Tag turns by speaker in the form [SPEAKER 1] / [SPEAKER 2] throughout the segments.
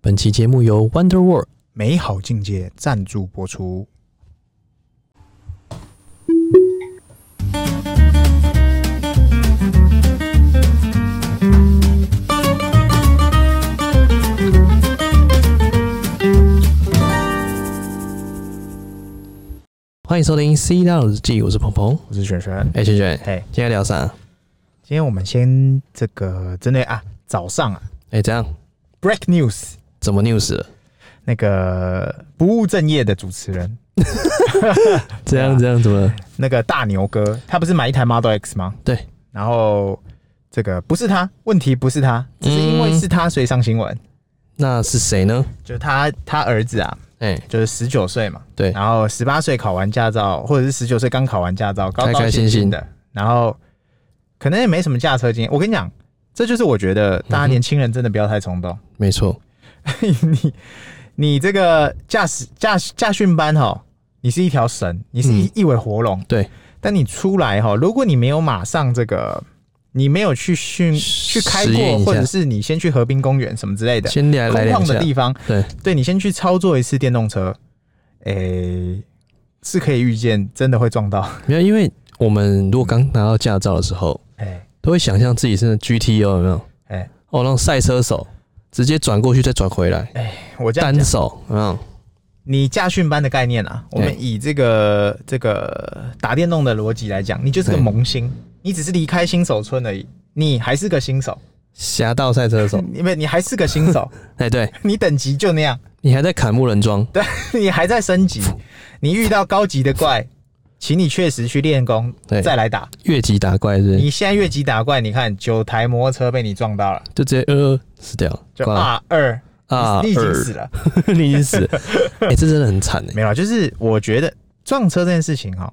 [SPEAKER 1] 本期节目由 Wonder World
[SPEAKER 2] 美好境界赞助播出。
[SPEAKER 1] 欢迎收听《C 浪日记》，我是鹏鹏。
[SPEAKER 2] 我是璇璇，
[SPEAKER 1] 哎，轩轩，
[SPEAKER 2] 嘿，
[SPEAKER 1] 今天聊啥？
[SPEAKER 2] 今天我们先这个针对啊，早上啊
[SPEAKER 1] 哎，这样
[SPEAKER 2] ，break news，
[SPEAKER 1] 怎么 news 了？
[SPEAKER 2] 那个不务正业的主持人，
[SPEAKER 1] 这样这样怎么了？
[SPEAKER 2] 那个大牛哥，他不是买一台 Model X 吗？
[SPEAKER 1] 对，
[SPEAKER 2] 然后这个不是他，问题不是他，只是因为是他所以上新闻，
[SPEAKER 1] 那是谁呢？
[SPEAKER 2] 就他他儿子啊，
[SPEAKER 1] 哎，
[SPEAKER 2] 就是十九岁嘛，
[SPEAKER 1] 对
[SPEAKER 2] 然后十八岁考完驾照，或者是十九岁刚考完驾照，高
[SPEAKER 1] 开
[SPEAKER 2] 高
[SPEAKER 1] 开
[SPEAKER 2] 兴
[SPEAKER 1] 心心
[SPEAKER 2] 兴的，然后可能也没什么驾车经验。我跟你讲，这就是我觉得大
[SPEAKER 1] 嗯
[SPEAKER 2] 家年轻人真的不要太冲动。
[SPEAKER 1] 没错，
[SPEAKER 2] 你你这个驾驶驾驾训班哈，你是一条绳，你是一、
[SPEAKER 1] 嗯
[SPEAKER 2] 一尾活龙，
[SPEAKER 1] 对。
[SPEAKER 2] 但你出来哈，如果你没有马上这个，你没有去训去开
[SPEAKER 1] 实验
[SPEAKER 2] 过，
[SPEAKER 1] 一下
[SPEAKER 2] 或者是你先去河滨公园什么之类的，
[SPEAKER 1] 先来来两
[SPEAKER 2] 空旷
[SPEAKER 1] 下
[SPEAKER 2] 的，地方，
[SPEAKER 1] 对，
[SPEAKER 2] 对你先去操作一次电动车，诶、是可以预见真的会撞到，
[SPEAKER 1] 没有，因为我们如果刚拿到驾照的时候，
[SPEAKER 2] 哎、
[SPEAKER 1] 都会想象自己是那 GTO 有没有？
[SPEAKER 2] 哎、
[SPEAKER 1] 哦，那种赛车手直接转过去再转回来，
[SPEAKER 2] 我这样
[SPEAKER 1] 单
[SPEAKER 2] 讲，
[SPEAKER 1] 手，有没有？
[SPEAKER 2] 你驾训班的概念啊，我
[SPEAKER 1] 哎
[SPEAKER 2] 们以这个这个打电动的逻辑来讲，你就是个
[SPEAKER 1] 哎
[SPEAKER 2] 萌新，你只是离开新手村而已，你还是个新手，
[SPEAKER 1] 侠盗赛车手，
[SPEAKER 2] 因为你还是个新手，
[SPEAKER 1] 哎，对
[SPEAKER 2] 你等级就那样，
[SPEAKER 1] 你还在砍木人桩，
[SPEAKER 2] 你还在升级，你遇到高级的怪，请你确实去练功
[SPEAKER 1] 对，
[SPEAKER 2] 再来打。
[SPEAKER 1] 越级打怪是不是？
[SPEAKER 2] 你现在越级打怪，你看九台摩托车被你撞到了，
[SPEAKER 1] 就直接呃死掉了，
[SPEAKER 2] 就
[SPEAKER 1] 挂了
[SPEAKER 2] 二二。
[SPEAKER 1] 啊，
[SPEAKER 2] 你已经
[SPEAKER 1] 二
[SPEAKER 2] 死了，
[SPEAKER 1] 你已经死了，哎、这真的很惨哎、
[SPEAKER 2] 没有啦，就是我觉得撞车这件事情哈，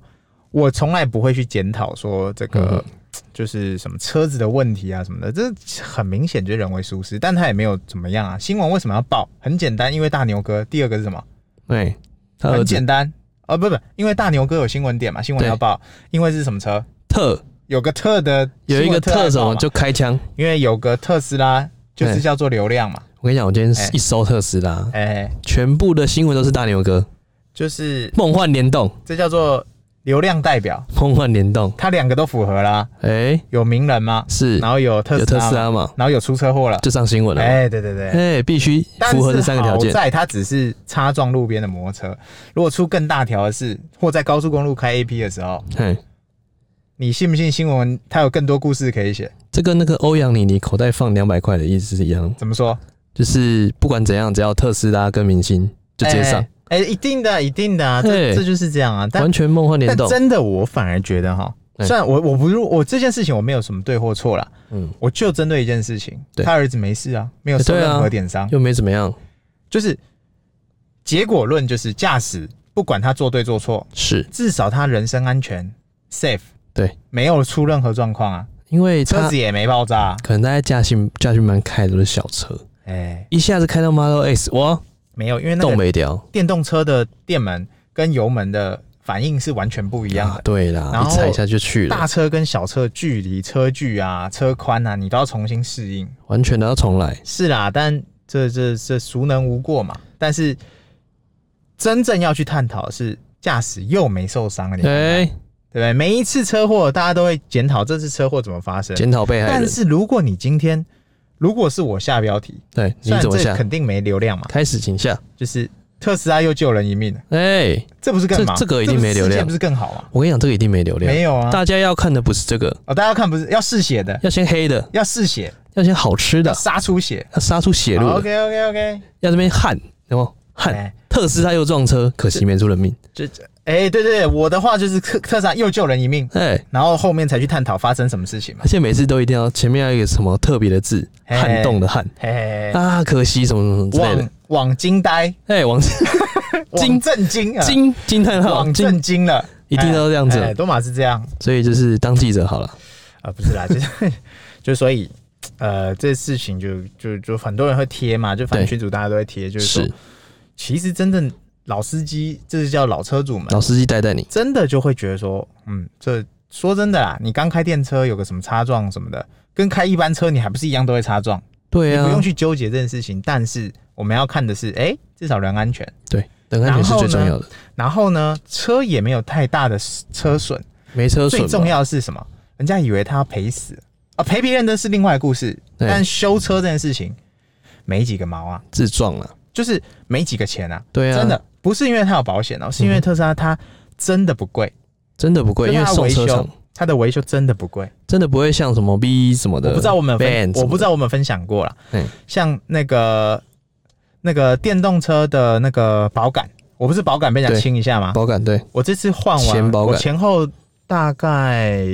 [SPEAKER 2] 我从来不会去检讨说这
[SPEAKER 1] 嗯
[SPEAKER 2] 个就是什么车子的问题啊什么的，这很明显就是人为疏失，但他也没有怎么样啊。新闻为什么要报？很简单，因为大牛哥。第二个是什么？
[SPEAKER 1] 哎、他儿
[SPEAKER 2] 很
[SPEAKER 1] 子
[SPEAKER 2] 简单，哦不不，因为大牛哥有新闻点嘛，新闻
[SPEAKER 1] 对
[SPEAKER 2] 要报，因为是什么车？
[SPEAKER 1] 特
[SPEAKER 2] 有个特的，
[SPEAKER 1] 有一个
[SPEAKER 2] 特
[SPEAKER 1] 特什么
[SPEAKER 2] 就
[SPEAKER 1] 就开枪，
[SPEAKER 2] 因为有个特斯拉就是
[SPEAKER 1] 对
[SPEAKER 2] 叫做流量嘛，
[SPEAKER 1] 我跟你讲，我今
[SPEAKER 2] 哎
[SPEAKER 1] 天一搜特斯拉，
[SPEAKER 2] 哎、
[SPEAKER 1] 全部的新闻都是大牛哥，
[SPEAKER 2] 就是
[SPEAKER 1] 梦幻联动，
[SPEAKER 2] 这叫做流量代表，
[SPEAKER 1] 梦幻联动，
[SPEAKER 2] 它两个都符合啦，
[SPEAKER 1] 哎、
[SPEAKER 2] 有名人吗？
[SPEAKER 1] 是
[SPEAKER 2] 然后有特
[SPEAKER 1] 有
[SPEAKER 2] 斯
[SPEAKER 1] 特
[SPEAKER 2] 拉
[SPEAKER 1] 斯
[SPEAKER 2] 嘛，
[SPEAKER 1] 拉嘛，
[SPEAKER 2] 然后有出车祸了。
[SPEAKER 1] 就上新闻了嘛，哎、
[SPEAKER 2] 哎，对对对，
[SPEAKER 1] 必须
[SPEAKER 2] 但
[SPEAKER 1] 符合
[SPEAKER 2] 是
[SPEAKER 1] 这三个条件
[SPEAKER 2] 好，在它只是擦撞路边的摩托车，如果出更大条的事，或在高速公路开 AP 的时候，
[SPEAKER 1] 哎、
[SPEAKER 2] 你信不信新闻它有更多故事可以写？
[SPEAKER 1] 这跟那个欧阳妮妮口袋放两百块的意思是一样，
[SPEAKER 2] 怎么说？
[SPEAKER 1] 就是不管怎样，只要特斯拉跟明星就直接上，
[SPEAKER 2] 哎。哎，一定的，一定的啊，
[SPEAKER 1] 哎
[SPEAKER 2] 这这就是这样啊。但
[SPEAKER 1] 完全梦幻联
[SPEAKER 2] 但
[SPEAKER 1] 动，
[SPEAKER 2] 真的，我反而觉得哈，
[SPEAKER 1] 哎
[SPEAKER 2] 虽然我我不入我这件事情我没有什么对或错啦，
[SPEAKER 1] 嗯，
[SPEAKER 2] 我就针对一件事情，
[SPEAKER 1] 对
[SPEAKER 2] 他儿子没事啊，没有
[SPEAKER 1] 哎
[SPEAKER 2] 受
[SPEAKER 1] 对啊
[SPEAKER 2] 任何点伤，
[SPEAKER 1] 又没怎么样，
[SPEAKER 2] 就是结果论就是驾驶不管他做对做错，
[SPEAKER 1] 是
[SPEAKER 2] 至少他人身安全 safe，
[SPEAKER 1] 对，
[SPEAKER 2] 没有出任何状况啊，
[SPEAKER 1] 因为
[SPEAKER 2] 车
[SPEAKER 1] 他
[SPEAKER 2] 子也没爆炸、啊，
[SPEAKER 1] 可能大家驾训驾训班开的都是小车，
[SPEAKER 2] 哎、
[SPEAKER 1] 一下子开到 Model X，哇，
[SPEAKER 2] 没有，因为那
[SPEAKER 1] 动
[SPEAKER 2] 个
[SPEAKER 1] 没掉
[SPEAKER 2] 电动车的电门跟油门的反应是完全不一样的。
[SPEAKER 1] 啊！对啦，
[SPEAKER 2] 然后
[SPEAKER 1] 一踩一下就去
[SPEAKER 2] 大
[SPEAKER 1] 了，
[SPEAKER 2] 车跟小车的距离、车距啊、车宽啊，你都要重新适应。
[SPEAKER 1] 完全的要重来。
[SPEAKER 2] 是啦，但这这这孰能无过嘛？但是真正要去探讨的是驾驶又没受伤了，你看看
[SPEAKER 1] 哎、
[SPEAKER 2] 对不对？每一次车祸，大家都会检讨这次车祸怎么发生。
[SPEAKER 1] 检讨被害
[SPEAKER 2] 但
[SPEAKER 1] 人，
[SPEAKER 2] 是如果你今天如果是我下标题，
[SPEAKER 1] 对，你
[SPEAKER 2] 虽然
[SPEAKER 1] 怎么
[SPEAKER 2] 这
[SPEAKER 1] 下？
[SPEAKER 2] 肯定没流量嘛，
[SPEAKER 1] 开始请下。
[SPEAKER 2] 就是特斯拉又救人一命了，
[SPEAKER 1] 哎、
[SPEAKER 2] 这不是更
[SPEAKER 1] 这
[SPEAKER 2] 忙？
[SPEAKER 1] 这个一定
[SPEAKER 2] 不是
[SPEAKER 1] 没流
[SPEAKER 2] 世界
[SPEAKER 1] 量
[SPEAKER 2] 不是更好吗？
[SPEAKER 1] 我跟你讲，这个一定没流量。
[SPEAKER 2] 没有啊，
[SPEAKER 1] 大家要看的不是这个，
[SPEAKER 2] 哦，大家看不是要嗜血的，
[SPEAKER 1] 要先黑的，
[SPEAKER 2] 要嗜血，
[SPEAKER 1] 要先好吃
[SPEAKER 2] 要
[SPEAKER 1] 的，
[SPEAKER 2] 杀出血。
[SPEAKER 1] 要杀出血路的，
[SPEAKER 2] OK OK OK，
[SPEAKER 1] 要这边汗，有没有汗？
[SPEAKER 2] 哎
[SPEAKER 1] 特斯拉又撞车，可惜没出人命。
[SPEAKER 2] 就哎，对对对，我的话就是特特斯拉又救人一命，
[SPEAKER 1] 哎、
[SPEAKER 2] 然后后面才去探讨发生什么事情嘛
[SPEAKER 1] 而。且每次都一定要前面要有一个什么特别的字，
[SPEAKER 2] 哎
[SPEAKER 1] 撼动的撼
[SPEAKER 2] 嘿嘿嘿，
[SPEAKER 1] 啊，可惜什么什么之类的
[SPEAKER 2] 往。往惊呆，
[SPEAKER 1] 哎、往惊
[SPEAKER 2] 往震惊啊，
[SPEAKER 1] 惊惊叹号
[SPEAKER 2] 往
[SPEAKER 1] 惊
[SPEAKER 2] 震惊了，
[SPEAKER 1] 一定都这样子
[SPEAKER 2] 哎哎多玛是这样。
[SPEAKER 1] 所以就是当记者好了，
[SPEAKER 2] 啊，不 是啦，就是就所以，呃，这事情就就就很多人会贴嘛，就反
[SPEAKER 1] 对
[SPEAKER 2] 正群主大家都会贴，就是说，
[SPEAKER 1] 是
[SPEAKER 2] 其实真正老司机，这是叫老车主们，
[SPEAKER 1] 老司机带带你，
[SPEAKER 2] 真的就会觉得说，嗯，这说真的啦，你刚开电车有个什么擦撞什么的，跟开一般车你还不是一样都会擦撞，
[SPEAKER 1] 对
[SPEAKER 2] 你不
[SPEAKER 1] 啊
[SPEAKER 2] 用，去纠结这件事情。但是我们要看的是，哎、至少人安全，
[SPEAKER 1] 对，等安全是最重要的，
[SPEAKER 2] 然后呢，车也没有太大的车损。
[SPEAKER 1] 没车损
[SPEAKER 2] 最
[SPEAKER 1] 嘛
[SPEAKER 2] 重要的是什么？人家以为他要赔死啊，赔别人的是另外的故事，
[SPEAKER 1] 对
[SPEAKER 2] 但修车这件事情没几个毛啊，
[SPEAKER 1] 自撞了，
[SPEAKER 2] 就是没几个钱啊，
[SPEAKER 1] 对啊，嗯
[SPEAKER 2] 真的不是因为它有保险哦、是因为特斯拉它真的不贵，
[SPEAKER 1] 真的不贵，
[SPEAKER 2] 就
[SPEAKER 1] 因为
[SPEAKER 2] 是它
[SPEAKER 1] 送
[SPEAKER 2] 维
[SPEAKER 1] 车
[SPEAKER 2] 修
[SPEAKER 1] 厂
[SPEAKER 2] 它的维修真的不贵。
[SPEAKER 1] 真的不会像什么 B 什么的，
[SPEAKER 2] 我不知道我们有分
[SPEAKER 1] Van，
[SPEAKER 2] 我不知
[SPEAKER 1] 道，
[SPEAKER 2] 道我们分享过了
[SPEAKER 1] 嗯，
[SPEAKER 2] 像那个那个电动车的那个保杆，我不是保杆被人家
[SPEAKER 1] 对
[SPEAKER 2] 清一下吗？
[SPEAKER 1] 保感对，
[SPEAKER 2] 我这次换
[SPEAKER 1] 前
[SPEAKER 2] 完，
[SPEAKER 1] 保
[SPEAKER 2] 我
[SPEAKER 1] 杆
[SPEAKER 2] 前后大概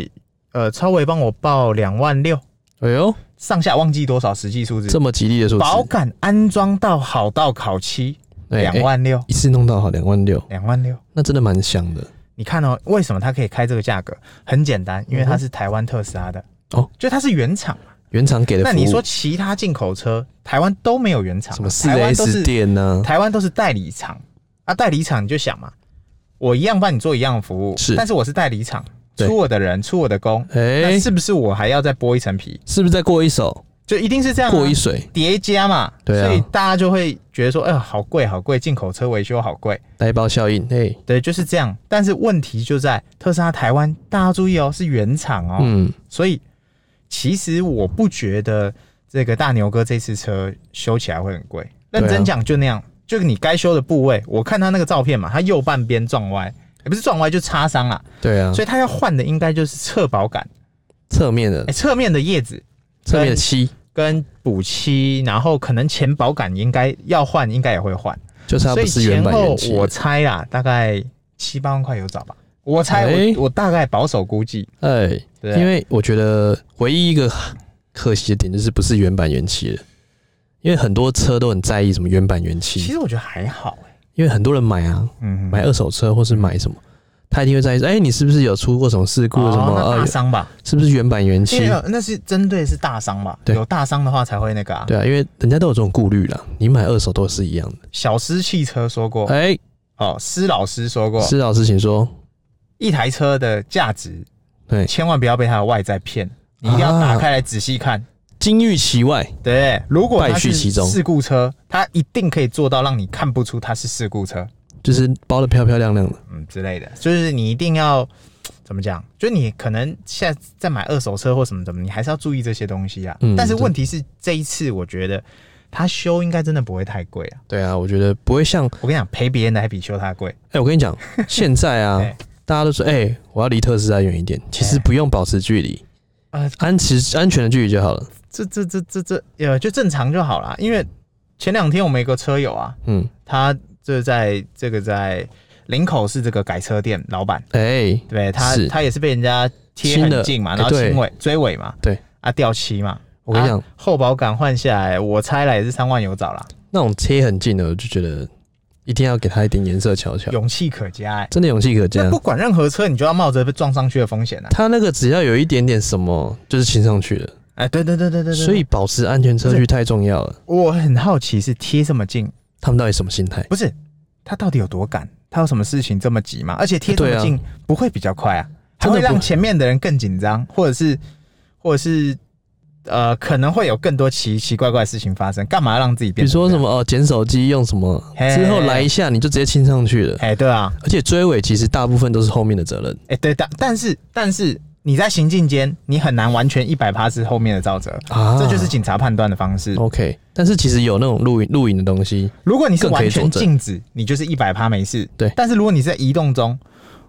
[SPEAKER 2] 呃，超维帮我报两万六
[SPEAKER 1] 哎呦，
[SPEAKER 2] 上下，忘记多少实际数字
[SPEAKER 1] 这。么吉利的数字，
[SPEAKER 2] 保杆安装到好到烤漆
[SPEAKER 1] 哎
[SPEAKER 2] 两
[SPEAKER 1] 哎
[SPEAKER 2] 万六，
[SPEAKER 1] 一次弄到好两万六，
[SPEAKER 2] 两万六。
[SPEAKER 1] 那真的蛮香的
[SPEAKER 2] 你看哦，为什么它可以开这个价格？很简单，因为它是台湾特斯拉的
[SPEAKER 1] 嗯哦，
[SPEAKER 2] 就它是原厂嘛。
[SPEAKER 1] 原厂给的服
[SPEAKER 2] 那
[SPEAKER 1] 务。
[SPEAKER 2] 你说其他进口车，台湾都没有原厂嘛，啊
[SPEAKER 1] 什么四
[SPEAKER 2] 台湾都
[SPEAKER 1] S
[SPEAKER 2] 是
[SPEAKER 1] 店啊呢、
[SPEAKER 2] 台湾都是代理厂啊，代理厂你就想嘛，我一样帮你做一样的服务，
[SPEAKER 1] 是
[SPEAKER 2] 但是我是代理厂，
[SPEAKER 1] 对
[SPEAKER 2] 出我的人，出我的工，
[SPEAKER 1] 哎、
[SPEAKER 2] 那
[SPEAKER 1] 是
[SPEAKER 2] 是不是我还要再剥一层皮？
[SPEAKER 1] 是不是再过一手，
[SPEAKER 2] 就一定是这样、啊，
[SPEAKER 1] 过一水，
[SPEAKER 2] 叠加嘛，
[SPEAKER 1] 对啊
[SPEAKER 2] 所以大家就会觉得说，哎、呦，好贵，好贵，进口车维修好贵，
[SPEAKER 1] 来包效应？哎、
[SPEAKER 2] 对，就是这样。但是问题就在特斯拉台湾，大家注意哦，是原厂哦，
[SPEAKER 1] 嗯，
[SPEAKER 2] 所以其实我不觉得这个大牛哥这次车修起来会很贵。
[SPEAKER 1] 对啊
[SPEAKER 2] 认真讲，就那样，就你该修的部位，我看他那个照片嘛，他右半边撞歪，哎也不是撞歪，就擦伤啦。
[SPEAKER 1] 对啊
[SPEAKER 2] 所，以他要换的应该就是侧保杆，
[SPEAKER 1] 侧面的
[SPEAKER 2] 哎、侧面的叶子
[SPEAKER 1] 侧面的
[SPEAKER 2] 跟
[SPEAKER 1] 漆
[SPEAKER 2] 跟补漆，然后可能前保杆应该要换，应该也会换。
[SPEAKER 1] 就是它
[SPEAKER 2] 所
[SPEAKER 1] 不
[SPEAKER 2] 以
[SPEAKER 1] 是
[SPEAKER 2] 前
[SPEAKER 1] 原版
[SPEAKER 2] 后
[SPEAKER 1] 原漆的，
[SPEAKER 2] 我猜啦，大概七八万块有找吧。我猜我、
[SPEAKER 1] 哎
[SPEAKER 2] 我大概保守估计，
[SPEAKER 1] 哎、
[SPEAKER 2] 对啊
[SPEAKER 1] 因为我觉得唯一一个可惜的点就是不是原版原漆的，因为很多车都很在意什么原版原
[SPEAKER 2] 其
[SPEAKER 1] 漆，
[SPEAKER 2] 实我觉得还好、哎，
[SPEAKER 1] 因为很多人买啊，
[SPEAKER 2] 嗯，
[SPEAKER 1] 买二手车或是买什么，他一定会在意说，哎、你是不是有出过什么事故
[SPEAKER 2] 哦
[SPEAKER 1] 什么？
[SPEAKER 2] 那
[SPEAKER 1] 呃
[SPEAKER 2] 大伤吧？
[SPEAKER 1] 是不是原版原漆
[SPEAKER 2] 因？为那是针对是大伤嘛，
[SPEAKER 1] 对
[SPEAKER 2] 有大伤的话才会那个啊。
[SPEAKER 1] 对啊，因为人家都有这种顾虑啦，你买二手都是一样的。
[SPEAKER 2] 小施汽车说过，
[SPEAKER 1] 哎、
[SPEAKER 2] 哦，施老师说过，
[SPEAKER 1] 施老师，请说。
[SPEAKER 2] 一台车的价值，
[SPEAKER 1] 对
[SPEAKER 2] 千万不要被它的外在骗，你一定要
[SPEAKER 1] 哎啊
[SPEAKER 2] 打开来仔细看。
[SPEAKER 1] 金玉其外，
[SPEAKER 2] 对，如果它
[SPEAKER 1] 败絮
[SPEAKER 2] 是
[SPEAKER 1] 其中
[SPEAKER 2] 事故车，它一定可以做到让你看不出它是事故车，
[SPEAKER 1] 就是包的漂漂亮亮的。
[SPEAKER 2] 嗯之类的。就是你一定要怎么讲？就你可能现在在买二手车或什么什么，你还是要注意这些东西啊。
[SPEAKER 1] 嗯
[SPEAKER 2] 但是
[SPEAKER 1] 对
[SPEAKER 2] 问题是，这一次我觉得它修应该真的不会太贵啊。
[SPEAKER 1] 对啊，我觉得不会像，
[SPEAKER 2] 我跟你讲，赔别人的还比修它贵。
[SPEAKER 1] 哎、我跟你讲，现在啊
[SPEAKER 2] 哎，
[SPEAKER 1] 大家都说，哎、我要离特斯拉远一点。其实不用保持距离，
[SPEAKER 2] 呃
[SPEAKER 1] 安持安全的距离就好了。
[SPEAKER 2] 这这这这这呃，就正常就好啦。因为前两天我们有个车友啊，
[SPEAKER 1] 嗯，
[SPEAKER 2] 他这在这个在林口是这个改车店老板，
[SPEAKER 1] 哎、
[SPEAKER 2] 对他
[SPEAKER 1] 是
[SPEAKER 2] 他也是被人家贴
[SPEAKER 1] 亲的
[SPEAKER 2] 很近嘛，
[SPEAKER 1] 哎
[SPEAKER 2] 然后
[SPEAKER 1] 对
[SPEAKER 2] 亲尾追尾嘛，
[SPEAKER 1] 对
[SPEAKER 2] 啊掉漆嘛，
[SPEAKER 1] 我跟你讲，
[SPEAKER 2] 啊后保杆换下来，我猜了也是三万有找啦，
[SPEAKER 1] 那种贴很近的，我就觉得一定要给他一点颜色瞧瞧，
[SPEAKER 2] 勇气可嘉哎、
[SPEAKER 1] 真的勇气可
[SPEAKER 2] 那
[SPEAKER 1] 嘉
[SPEAKER 2] 不。管任何车，你就要冒着被撞上去的风险啊！
[SPEAKER 1] 他那个只要有一点点什么，就是亲上去了。
[SPEAKER 2] 哎，对对对对对对，
[SPEAKER 1] 所以保持安全车距太重要了。
[SPEAKER 2] 我很好奇是贴这么近，
[SPEAKER 1] 他们到底什么心态？
[SPEAKER 2] 不是他到底有多赶？他有什么事情这么急吗？而且贴这么近、不会比较快啊，还
[SPEAKER 1] 真的
[SPEAKER 2] 会
[SPEAKER 1] 不
[SPEAKER 2] 让前面的人更紧张，或者是或者是呃可能会有更多奇奇怪怪的事情发生，干嘛要让自己
[SPEAKER 1] 比
[SPEAKER 2] 变？
[SPEAKER 1] 如说什？么哦，捡手机用什么，
[SPEAKER 2] 嘿
[SPEAKER 1] 之后来一下你就直接亲上去了。
[SPEAKER 2] 哎、对啊，
[SPEAKER 1] 而且追尾其实大部分都是后面的责任
[SPEAKER 2] 哎、对，但但是但是你在行进间，你很难完全一百趴是后面的造责。
[SPEAKER 1] 啊
[SPEAKER 2] 这就是警察判断的方式。
[SPEAKER 1] OK。但是其实有那种录影录影的东西，
[SPEAKER 2] 如果你是
[SPEAKER 1] 更可以
[SPEAKER 2] 完
[SPEAKER 1] 佐
[SPEAKER 2] 全
[SPEAKER 1] 证
[SPEAKER 2] 静止，你就是一百趴没事。
[SPEAKER 1] 对
[SPEAKER 2] 但是如果你是在移动中，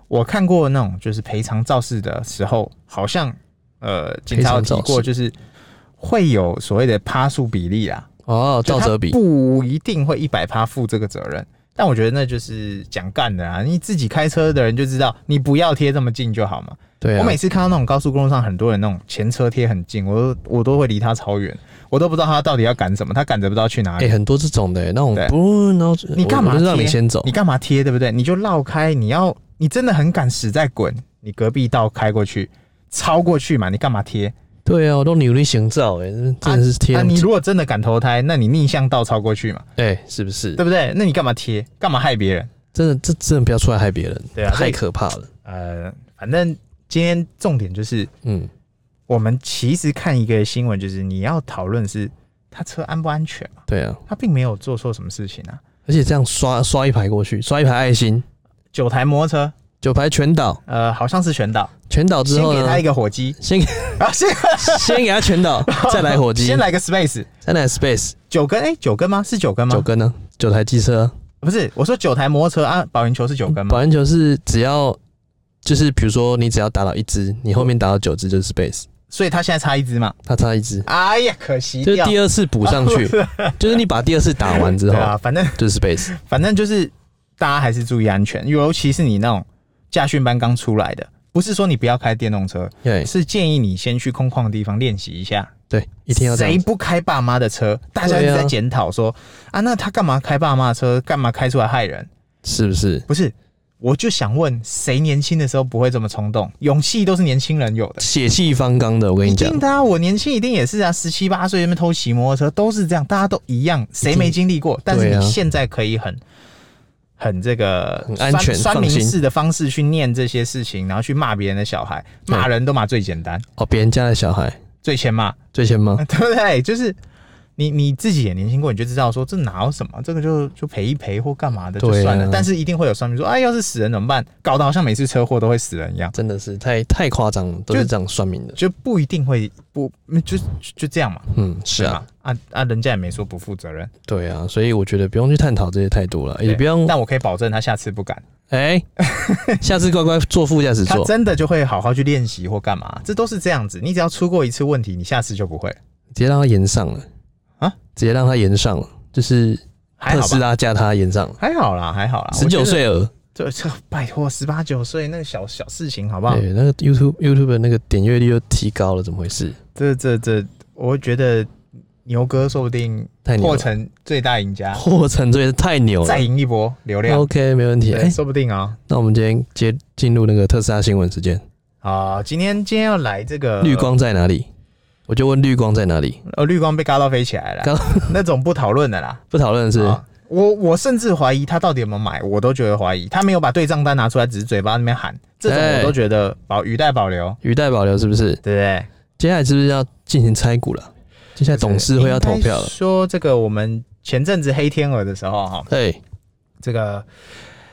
[SPEAKER 2] 我看过那种就是赔偿肇事的时候，好像呃警察有
[SPEAKER 1] 赔偿
[SPEAKER 2] 提
[SPEAKER 1] 肇
[SPEAKER 2] 过，
[SPEAKER 1] 事
[SPEAKER 2] 就是会有所谓的趴数比例啊，
[SPEAKER 1] 哦，
[SPEAKER 2] 就
[SPEAKER 1] 照
[SPEAKER 2] 他
[SPEAKER 1] 则比
[SPEAKER 2] 不一定会一百趴负这个责任。但我觉得那就是讲干的啊！你自己开车的人就知道，你不要贴这么近就好嘛。
[SPEAKER 1] 对
[SPEAKER 2] 我
[SPEAKER 1] 啊，
[SPEAKER 2] 每次看到那种高速公路上很多人那种前车贴很近，我都我都会离他超远，我都不知道他到底要赶什么，他赶着不知道去哪里。
[SPEAKER 1] 哎、很多这种的、那种
[SPEAKER 2] 对
[SPEAKER 1] 不，然后
[SPEAKER 2] 你干嘛
[SPEAKER 1] 我就让
[SPEAKER 2] 贴
[SPEAKER 1] 你先走
[SPEAKER 2] 你，干嘛贴，对不对？你就绕开，你要你真的很敢死在滚，你隔壁道开过去，超过去嘛，你干嘛贴？
[SPEAKER 1] 对啊，我都努力行照、哎，真的是贴
[SPEAKER 2] 啊，
[SPEAKER 1] 那么
[SPEAKER 2] 你
[SPEAKER 1] 近，
[SPEAKER 2] 如果真的敢投胎，那你逆向道超过去嘛，
[SPEAKER 1] 哎、是不是？
[SPEAKER 2] 对不对？那你干嘛贴？干嘛害别人？
[SPEAKER 1] 真的，这真的不要出来害别人，
[SPEAKER 2] 对啊所
[SPEAKER 1] 太
[SPEAKER 2] 以
[SPEAKER 1] 可怕了。
[SPEAKER 2] 呃，反正今天重点就是，
[SPEAKER 1] 嗯，
[SPEAKER 2] 我们其实看一个新闻，就是你要讨论是他车安不安全嘛，
[SPEAKER 1] 对啊，
[SPEAKER 2] 他并没有做错什么事情啊。
[SPEAKER 1] 而且这样刷刷一排过去，刷一排爱心，
[SPEAKER 2] 九台摩托车，
[SPEAKER 1] 九排全倒，
[SPEAKER 2] 呃，好像是全倒，
[SPEAKER 1] 全倒之
[SPEAKER 2] 先
[SPEAKER 1] 后
[SPEAKER 2] 给他
[SPEAKER 1] 呢
[SPEAKER 2] 一，个 火机，
[SPEAKER 1] 先给
[SPEAKER 2] 啊，先
[SPEAKER 1] 先 给他全倒，再来火机
[SPEAKER 2] 先，来个 space，
[SPEAKER 1] 再来 space，
[SPEAKER 2] 九根，哎、九根吗？是九根吗？
[SPEAKER 1] 九根呢，九台机车，啊
[SPEAKER 2] 不是，我说九台摩托车啊，保龄球是九根
[SPEAKER 1] 保
[SPEAKER 2] 吗？
[SPEAKER 1] 龄球是只要就是比如说你只要打倒一只，你后面打倒九只就是 space，
[SPEAKER 2] 所以他现在差一支嘛。
[SPEAKER 1] 他差一只，
[SPEAKER 2] 哎呀，可惜
[SPEAKER 1] 就是
[SPEAKER 2] 掉。
[SPEAKER 1] 第二次补上 去，就是你把第二次打完之
[SPEAKER 2] 对
[SPEAKER 1] 后
[SPEAKER 2] 啊，反正
[SPEAKER 1] 就是 space，
[SPEAKER 2] 反正就是大家还是注意安全，尤其是你那种驾训班刚出来的，不是说你不要开电动车，
[SPEAKER 1] 对
[SPEAKER 2] 是建议你先去空旷的地方练习一下。
[SPEAKER 1] 对，一定要这
[SPEAKER 2] 谁
[SPEAKER 1] 样，
[SPEAKER 2] 不开爸妈的车？大家一
[SPEAKER 1] 对
[SPEAKER 2] 直
[SPEAKER 1] 啊
[SPEAKER 2] 在检讨说啊，那他干嘛开爸妈的车？干嘛开出来害人？
[SPEAKER 1] 是不是？
[SPEAKER 2] 不是，我就想问，谁年轻的时候不会这么冲动？勇气都是年轻人有的。
[SPEAKER 1] 血气方刚的，我跟
[SPEAKER 2] 一
[SPEAKER 1] 你讲
[SPEAKER 2] 定，的啊！我年轻一定也是啊，十七八岁那边偷骑摩托车都是这样，大家都一样，谁没经历过？但是
[SPEAKER 1] 对啊
[SPEAKER 2] 你现在可以很很这个
[SPEAKER 1] 很安全
[SPEAKER 2] 酸
[SPEAKER 1] 放
[SPEAKER 2] 民
[SPEAKER 1] 心
[SPEAKER 2] 式的方式去念这些事情，然后去骂别人的小孩，
[SPEAKER 1] 对
[SPEAKER 2] 骂人都骂最简单，
[SPEAKER 1] 哦，别人家的小孩
[SPEAKER 2] 最欠骂，
[SPEAKER 1] 最先吗？
[SPEAKER 2] 对不对？就是你你自己也年轻过，你就知道说这哪有什么，这个就就赔一赔或干嘛的就
[SPEAKER 1] 对啊
[SPEAKER 2] 算了。但是一定会有酸民说，哎，要是死人怎么办？搞得好像每次车祸都会死人一样。
[SPEAKER 1] 真的是太太夸张了，都是这样算命的。
[SPEAKER 2] 就不一定会不就就就这样嘛，
[SPEAKER 1] 嗯，是啊，
[SPEAKER 2] 对吧，啊啊，人家也没说不负责任，
[SPEAKER 1] 对啊，所以我觉得不用去探讨这些太多了，也
[SPEAKER 2] 对
[SPEAKER 1] 不用
[SPEAKER 2] 但我可以保证他下次不敢，
[SPEAKER 1] 哎，下次乖乖坐副驾驶
[SPEAKER 2] 他
[SPEAKER 1] 座，
[SPEAKER 2] 真的就会好好去练习或干嘛，这都是这样子。你只要出过一次问题，你下次就不会了，
[SPEAKER 1] 直接让他延上了
[SPEAKER 2] 啊，
[SPEAKER 1] 直接让他延上了，就是
[SPEAKER 2] 还
[SPEAKER 1] 特
[SPEAKER 2] 好
[SPEAKER 1] 斯
[SPEAKER 2] 吧？
[SPEAKER 1] 拉架他延上了，
[SPEAKER 2] 还好啦，还好啦。
[SPEAKER 1] 十九岁了，
[SPEAKER 2] 我觉得，对，这拜托，十八九岁那个小小事情，好不好？
[SPEAKER 1] 对，那个 YouTube YouTube 的那个点阅率又提高了，怎么回事？
[SPEAKER 2] 这这这，我觉得牛哥说不定
[SPEAKER 1] 太牛
[SPEAKER 2] 破
[SPEAKER 1] 了，
[SPEAKER 2] 成最大赢家，
[SPEAKER 1] 霍成这也太牛了
[SPEAKER 2] 再赢一波流量，
[SPEAKER 1] ，OK，没问题。
[SPEAKER 2] 对，
[SPEAKER 1] 哎，
[SPEAKER 2] 说不定啊、
[SPEAKER 1] 那我们今天接进入那个特斯拉新闻时间，
[SPEAKER 2] 啊，今天今天要来这个
[SPEAKER 1] 绿光在哪里？我就问绿光在哪里？
[SPEAKER 2] 呃，绿光被嘎到飞起来了
[SPEAKER 1] 嘎
[SPEAKER 2] 啦，那种不讨论的啦。
[SPEAKER 1] 不讨论是
[SPEAKER 2] 啊我我甚至怀疑他到底有没有买，我都觉得怀疑。他没有把对账单拿出来，只是嘴巴那边喊，这种
[SPEAKER 1] 哎
[SPEAKER 2] 我都觉得保语带保留，
[SPEAKER 1] 语带保留是不是？
[SPEAKER 2] 对不对？
[SPEAKER 1] 接下来是不是要进行拆股了？接下来董事会要投票
[SPEAKER 2] 应该
[SPEAKER 1] 了。
[SPEAKER 2] 说这个我们前阵子黑天鹅的时候哈，
[SPEAKER 1] 对，
[SPEAKER 2] 这个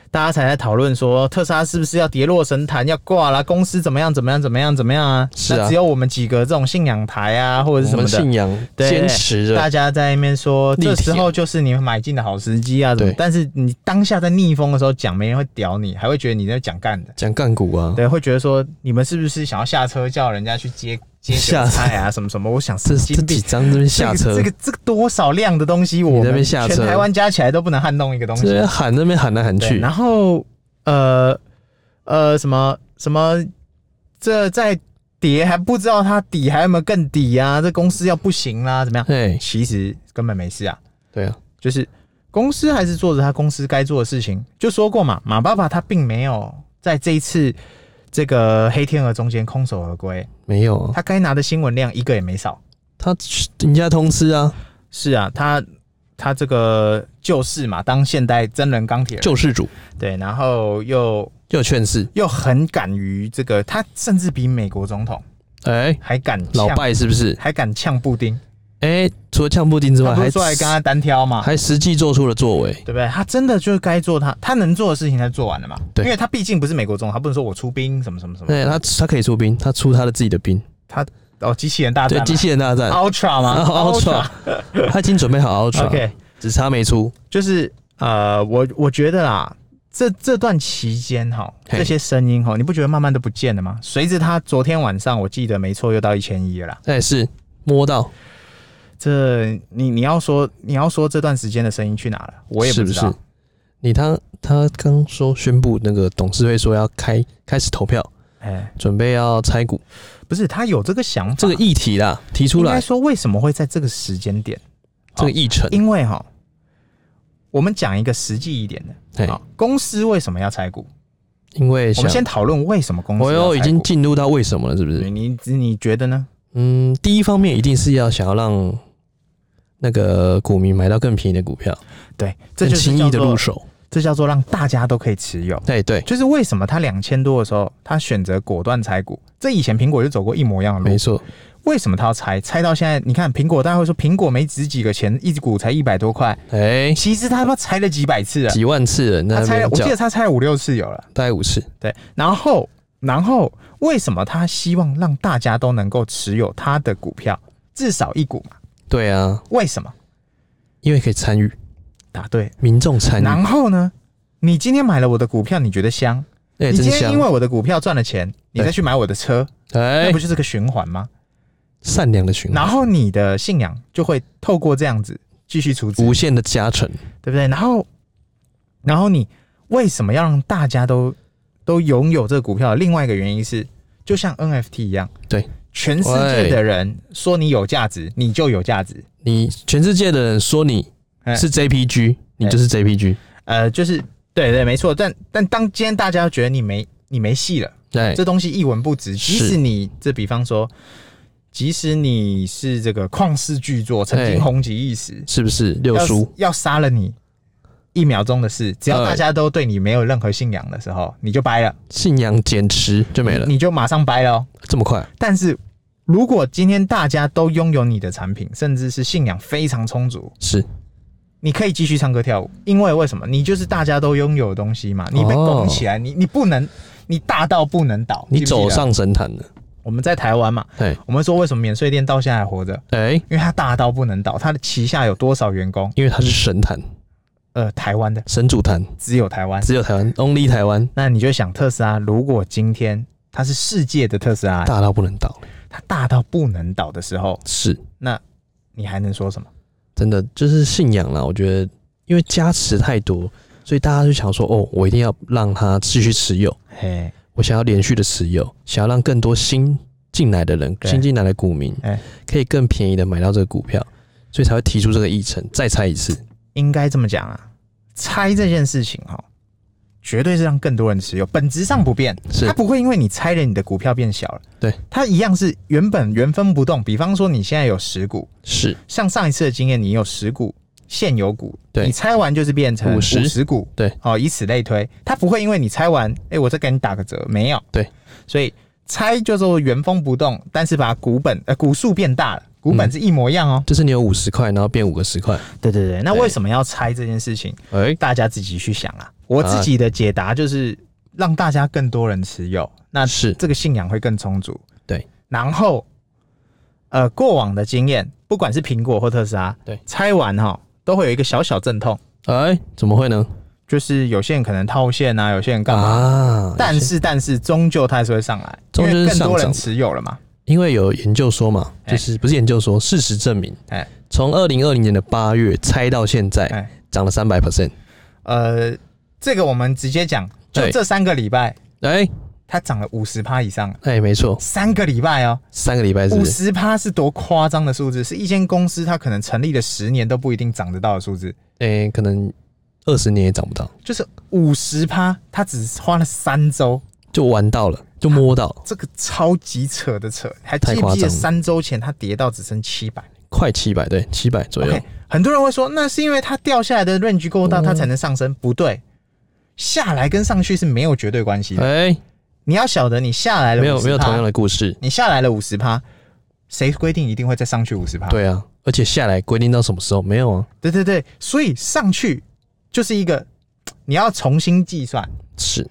[SPEAKER 2] 大家才在讨论说特斯拉是不是要跌落神坛，要挂啦，公司怎么样怎么样怎么样怎么样啊？
[SPEAKER 1] 是啊
[SPEAKER 2] 那只有我们几个这种信仰台啊，或者是
[SPEAKER 1] 我
[SPEAKER 2] 什么
[SPEAKER 1] 们
[SPEAKER 2] 的
[SPEAKER 1] 信仰
[SPEAKER 2] 对
[SPEAKER 1] 坚持着
[SPEAKER 2] 大家在那边说，
[SPEAKER 1] 力
[SPEAKER 2] 这
[SPEAKER 1] 挺
[SPEAKER 2] 时候就是你买进的好时机啊，怎么
[SPEAKER 1] 对？
[SPEAKER 2] 但是你当下在逆风的时候讲，没人会屌你，还会觉得你在讲干的，
[SPEAKER 1] 讲干股啊，
[SPEAKER 2] 对，会觉得说你们是不是想要下车叫人家去接 接
[SPEAKER 1] 下
[SPEAKER 2] 韭
[SPEAKER 1] 车
[SPEAKER 2] 菜啊，什么什么？我想
[SPEAKER 1] 这
[SPEAKER 2] 神
[SPEAKER 1] 这
[SPEAKER 2] 经
[SPEAKER 1] 几
[SPEAKER 2] 病。
[SPEAKER 1] 张这边下车
[SPEAKER 2] 这个，这个这个多少量的东西，我
[SPEAKER 1] 在那边
[SPEAKER 2] 们
[SPEAKER 1] 下
[SPEAKER 2] 全
[SPEAKER 1] 车
[SPEAKER 2] 台湾加起来都不能撼动一个东
[SPEAKER 1] 这
[SPEAKER 2] 西。
[SPEAKER 1] 边喊那边喊来喊
[SPEAKER 2] 对，
[SPEAKER 1] 去，
[SPEAKER 2] 然后呃呃什么什么，这在跌还不知道它底还有没有更底啊？这公司要不行啦，怎么样？
[SPEAKER 1] 哎，
[SPEAKER 2] 其实根本没事啊，
[SPEAKER 1] 对啊，
[SPEAKER 2] 就是公司还是做着他公司该做的事情。就说过嘛，马爸爸他并没有在这一次这个黑天鹅中间空手而归，
[SPEAKER 1] 没有啊，
[SPEAKER 2] 他该拿的新闻量一个也没少。
[SPEAKER 1] 他人家通吃啊，
[SPEAKER 2] 是啊，他他这个救世嘛，当现代真人钢铁人，
[SPEAKER 1] 救世主
[SPEAKER 2] 对，然后又
[SPEAKER 1] 又劝世，
[SPEAKER 2] 又很敢于这个，他甚至比美国总统
[SPEAKER 1] 哎，
[SPEAKER 2] 还敢
[SPEAKER 1] 老
[SPEAKER 2] 呛
[SPEAKER 1] 拜是不是？
[SPEAKER 2] 还敢呛布丁，
[SPEAKER 1] 哎，除了呛布丁之
[SPEAKER 2] 他
[SPEAKER 1] 外，
[SPEAKER 2] 不
[SPEAKER 1] 还
[SPEAKER 2] 是出来跟啊他单挑嘛，
[SPEAKER 1] 还实际做出了作为，
[SPEAKER 2] 对不对？他真的就是该做他他能做的事情，他做完了嘛。
[SPEAKER 1] 对
[SPEAKER 2] 因为他毕竟不是美国总统，他不能说我出兵什么什么什么。
[SPEAKER 1] 哎，他他可以出兵，他出他的自己的兵，
[SPEAKER 2] 哦，机器人大战
[SPEAKER 1] 对
[SPEAKER 2] 嘛，
[SPEAKER 1] 机器人大战
[SPEAKER 2] Ultra 吗
[SPEAKER 1] ，Ultra，他已 经准备好 Ultra，
[SPEAKER 2] OK，
[SPEAKER 1] 只差没出，
[SPEAKER 2] 就是呃，我我觉得啦，这这段期间哈，
[SPEAKER 1] 嘿
[SPEAKER 2] 这些声音哈，你不觉得慢慢都不见了吗？随着他昨天晚上，我记得没错，又到一千一了啦。
[SPEAKER 1] 哎，是摸到，
[SPEAKER 2] 这你你要说你要说这段时间的声音去哪了？我也
[SPEAKER 1] 是
[SPEAKER 2] 不
[SPEAKER 1] 不
[SPEAKER 2] 知道。
[SPEAKER 1] 是？你他他刚说宣布那个董事会说要开开始投票，
[SPEAKER 2] 哎，
[SPEAKER 1] 准备要拆股
[SPEAKER 2] 不是他有这个想法，
[SPEAKER 1] 这个议题啦，提出
[SPEAKER 2] 应该哦
[SPEAKER 1] 来
[SPEAKER 2] 说为什么会在这个时间点？
[SPEAKER 1] 这个议程，
[SPEAKER 2] 因为哈，我们讲一个实际一点的，
[SPEAKER 1] 哎，
[SPEAKER 2] 好，公司为什么要拆股？
[SPEAKER 1] 因为
[SPEAKER 2] 哦我
[SPEAKER 1] 想
[SPEAKER 2] 们先讨论为什么公司
[SPEAKER 1] 我
[SPEAKER 2] 要
[SPEAKER 1] 又
[SPEAKER 2] 拆
[SPEAKER 1] 已经
[SPEAKER 2] 股
[SPEAKER 1] 进入到为什么了，是不是？
[SPEAKER 2] 你你你觉得呢？
[SPEAKER 1] 嗯，第一方面一定是要想要让那个股民买到更便宜的股票，
[SPEAKER 2] 对，这
[SPEAKER 1] 更
[SPEAKER 2] 就是
[SPEAKER 1] 轻
[SPEAKER 2] 叫
[SPEAKER 1] 易的
[SPEAKER 2] 做
[SPEAKER 1] 入手。
[SPEAKER 2] 这叫做让大家都可以持有。
[SPEAKER 1] 对对，
[SPEAKER 2] 就是为什么他两千多的时候，他选择果断拆股，这以前苹果就走过一模一样的
[SPEAKER 1] 没
[SPEAKER 2] 路。
[SPEAKER 1] 错，
[SPEAKER 2] 为什么他要拆？拆到现在，你看苹果大家会说苹果没值几个钱，一股才一百多块，
[SPEAKER 1] 哎、
[SPEAKER 2] 其实他他妈拆了几百次了，
[SPEAKER 1] 几万次人在
[SPEAKER 2] 他
[SPEAKER 1] 那
[SPEAKER 2] 拆
[SPEAKER 1] 边
[SPEAKER 2] 了，啊我记
[SPEAKER 1] 叫
[SPEAKER 2] 得，他拆了五六次有了。
[SPEAKER 1] 大概五次。
[SPEAKER 2] 对，然后然后为什么他希望让大家都能够持有他的股票，至少一股嘛？
[SPEAKER 1] 对啊，
[SPEAKER 2] 为什么？
[SPEAKER 1] 因为可以参与，
[SPEAKER 2] 答对。
[SPEAKER 1] 民众参与，
[SPEAKER 2] 然后呢？你今天买了我的股票，你觉得香？
[SPEAKER 1] 哎、
[SPEAKER 2] 你
[SPEAKER 1] 真
[SPEAKER 2] 今天
[SPEAKER 1] 香
[SPEAKER 2] 因！为我的股票赚了钱，你再
[SPEAKER 1] 对
[SPEAKER 2] 去买我的车，
[SPEAKER 1] 哎、
[SPEAKER 2] 那不就是个循环吗？
[SPEAKER 1] 善良的循
[SPEAKER 2] 然
[SPEAKER 1] 环，
[SPEAKER 2] 后你的信仰就会透过这样子继续储值，
[SPEAKER 1] 无限的加成，
[SPEAKER 2] 对不对？然后，然后你为什么要让大家都都拥有这个股票？另外一个原因是，就像 NFT 一样，
[SPEAKER 1] 对，
[SPEAKER 2] 全世界的人说你有价值，你就有价值。
[SPEAKER 1] 你全世界的人说你
[SPEAKER 2] 哎
[SPEAKER 1] 是 JPG，你就是 JPG，
[SPEAKER 2] 呃，就是对对，没错。但但当今天大家觉得你没你没戏了，
[SPEAKER 1] 哎、
[SPEAKER 2] 这东西一文不值，即
[SPEAKER 1] 是
[SPEAKER 2] 使你这比方说。即使你是这个旷世巨作，曾
[SPEAKER 1] 哎
[SPEAKER 2] 经红极一时，
[SPEAKER 1] 是不是六
[SPEAKER 2] 要
[SPEAKER 1] 叔？
[SPEAKER 2] 要杀了你一秒钟的事，只要大家都对你没有任何信仰的时候，你就掰了，
[SPEAKER 1] 信仰减持就没了，
[SPEAKER 2] 你就马上掰了、哦。
[SPEAKER 1] 这么快？
[SPEAKER 2] 但是如果今天大家都拥有你的产品，甚至是信仰非常充足，
[SPEAKER 1] 是
[SPEAKER 2] 你可以继续唱歌跳舞，因为为什么？你就是大家都拥有的东西
[SPEAKER 1] 哦
[SPEAKER 2] 嘛，你被拱起来，你你不能，你大到不能倒，
[SPEAKER 1] 你
[SPEAKER 2] 记不记
[SPEAKER 1] 走
[SPEAKER 2] 得啊
[SPEAKER 1] 上神坛了，
[SPEAKER 2] 我们在台湾嘛，
[SPEAKER 1] 哎
[SPEAKER 2] 我们说为什么免税店到现在还活着？
[SPEAKER 1] 哎、
[SPEAKER 2] 因为它大到不能倒，它的旗下有多少员工？
[SPEAKER 1] 因为它是神坛，
[SPEAKER 2] 呃，台湾的
[SPEAKER 1] 神主坛，
[SPEAKER 2] 只有台湾，
[SPEAKER 1] 只有台湾，Only 台湾，
[SPEAKER 2] 那你就想特斯拉，如果今天它是世界的特斯拉，
[SPEAKER 1] 大到不能倒，
[SPEAKER 2] 它大到不能倒的时候，
[SPEAKER 1] 是
[SPEAKER 2] 那你还能说什么？
[SPEAKER 1] 真的就是信仰啦。我觉得，因为加持太多，所以大家就想说，哦，我一定要让它继续持有，
[SPEAKER 2] 嘿，
[SPEAKER 1] 我想要连续的持有，想要让更多新进来的人、
[SPEAKER 2] 对
[SPEAKER 1] 新进来的股民
[SPEAKER 2] 哎，
[SPEAKER 1] 可以更便宜的买到这个股票，所以才会提出这个议程，再猜一次。
[SPEAKER 2] 应该这么讲啊，拆这件事情哈，绝对是让更多人持有，本质上不变，
[SPEAKER 1] 是
[SPEAKER 2] 它不会因为你拆了你的股票变小了，
[SPEAKER 1] 嗯对，
[SPEAKER 2] 它一样是原本原封不动。比方说你现在有十股，
[SPEAKER 1] 是，
[SPEAKER 2] 像上一次的经验，你有十股现有股，
[SPEAKER 1] 对
[SPEAKER 2] 你拆完就是变成五
[SPEAKER 1] 50
[SPEAKER 2] 十股，
[SPEAKER 1] 对，
[SPEAKER 2] 哦，以此类推，它不会因为你拆完，哎、我再给你打个折，没有，
[SPEAKER 1] 对，
[SPEAKER 2] 所以拆叫做原封不动，但是把股本呃股数变大了，股本是一模一样哦，
[SPEAKER 1] 就是你有五十块，然后变五个十块，
[SPEAKER 2] 对对对，那
[SPEAKER 1] 对
[SPEAKER 2] 为什么要拆这件事情，
[SPEAKER 1] 哎、
[SPEAKER 2] 大家自己去想啊，我自己的解答就是让大家更多人持有，那
[SPEAKER 1] 哎是
[SPEAKER 2] 这个信仰会更充足，
[SPEAKER 1] 对，
[SPEAKER 2] 然后呃过往的经验，不管是苹果或特斯拉，
[SPEAKER 1] 对
[SPEAKER 2] 拆完哈都会有一个小小阵痛，
[SPEAKER 1] 哎、怎么会呢？
[SPEAKER 2] 就是有些人可能套现啊，有些人干嘛。
[SPEAKER 1] 啊，
[SPEAKER 2] 但是但是终究它还是会上来，因
[SPEAKER 1] 终究是
[SPEAKER 2] 为更多
[SPEAKER 1] 上涨
[SPEAKER 2] 人
[SPEAKER 1] 的
[SPEAKER 2] 持有了嘛。
[SPEAKER 1] 因为有研究说嘛，
[SPEAKER 2] 哎
[SPEAKER 1] 就是不是研究说，事实证明，
[SPEAKER 2] 哎
[SPEAKER 1] 从二零二零年的八月猜到现在，
[SPEAKER 2] 哎，
[SPEAKER 1] 涨了三百 percent，
[SPEAKER 2] 呃，这个我们直接讲，就
[SPEAKER 1] 对
[SPEAKER 2] 这三个礼拜
[SPEAKER 1] 哎
[SPEAKER 2] 它涨了五十趴以上，
[SPEAKER 1] 哎，没错，
[SPEAKER 2] 三个礼拜哦，
[SPEAKER 1] 三个礼拜是
[SPEAKER 2] 五
[SPEAKER 1] 不是
[SPEAKER 2] 十趴是多夸张的数字，是一间公司它可能成立了十年都不一定涨得到的数字，
[SPEAKER 1] 哎、可能二十年也涨不到，
[SPEAKER 2] 就是五十趴，它只花了三周，
[SPEAKER 1] 就玩到了，就摸到，了，
[SPEAKER 2] 这个超级扯的扯，还
[SPEAKER 1] 太
[SPEAKER 2] 记
[SPEAKER 1] 夸
[SPEAKER 2] 不记得
[SPEAKER 1] 张了
[SPEAKER 2] 三周前它跌到只剩七百？
[SPEAKER 1] 快七百，对，啊七百左右
[SPEAKER 2] OK，很多人会说，那是因为它掉下来的 range 够大，
[SPEAKER 1] 嗯
[SPEAKER 2] 它才能上升。不对，下来跟上去是没有绝对关系的。
[SPEAKER 1] 哎、
[SPEAKER 2] 你要晓得，你下来了
[SPEAKER 1] 没有没有
[SPEAKER 2] 50%
[SPEAKER 1] 同样，的故事，
[SPEAKER 2] 你下来了五十趴，谁规定一定会再上去五十趴？
[SPEAKER 1] 对啊，而且下来规定到什么时候没有啊？
[SPEAKER 2] 对对对，所以上去就是一个你要重新计算
[SPEAKER 1] 是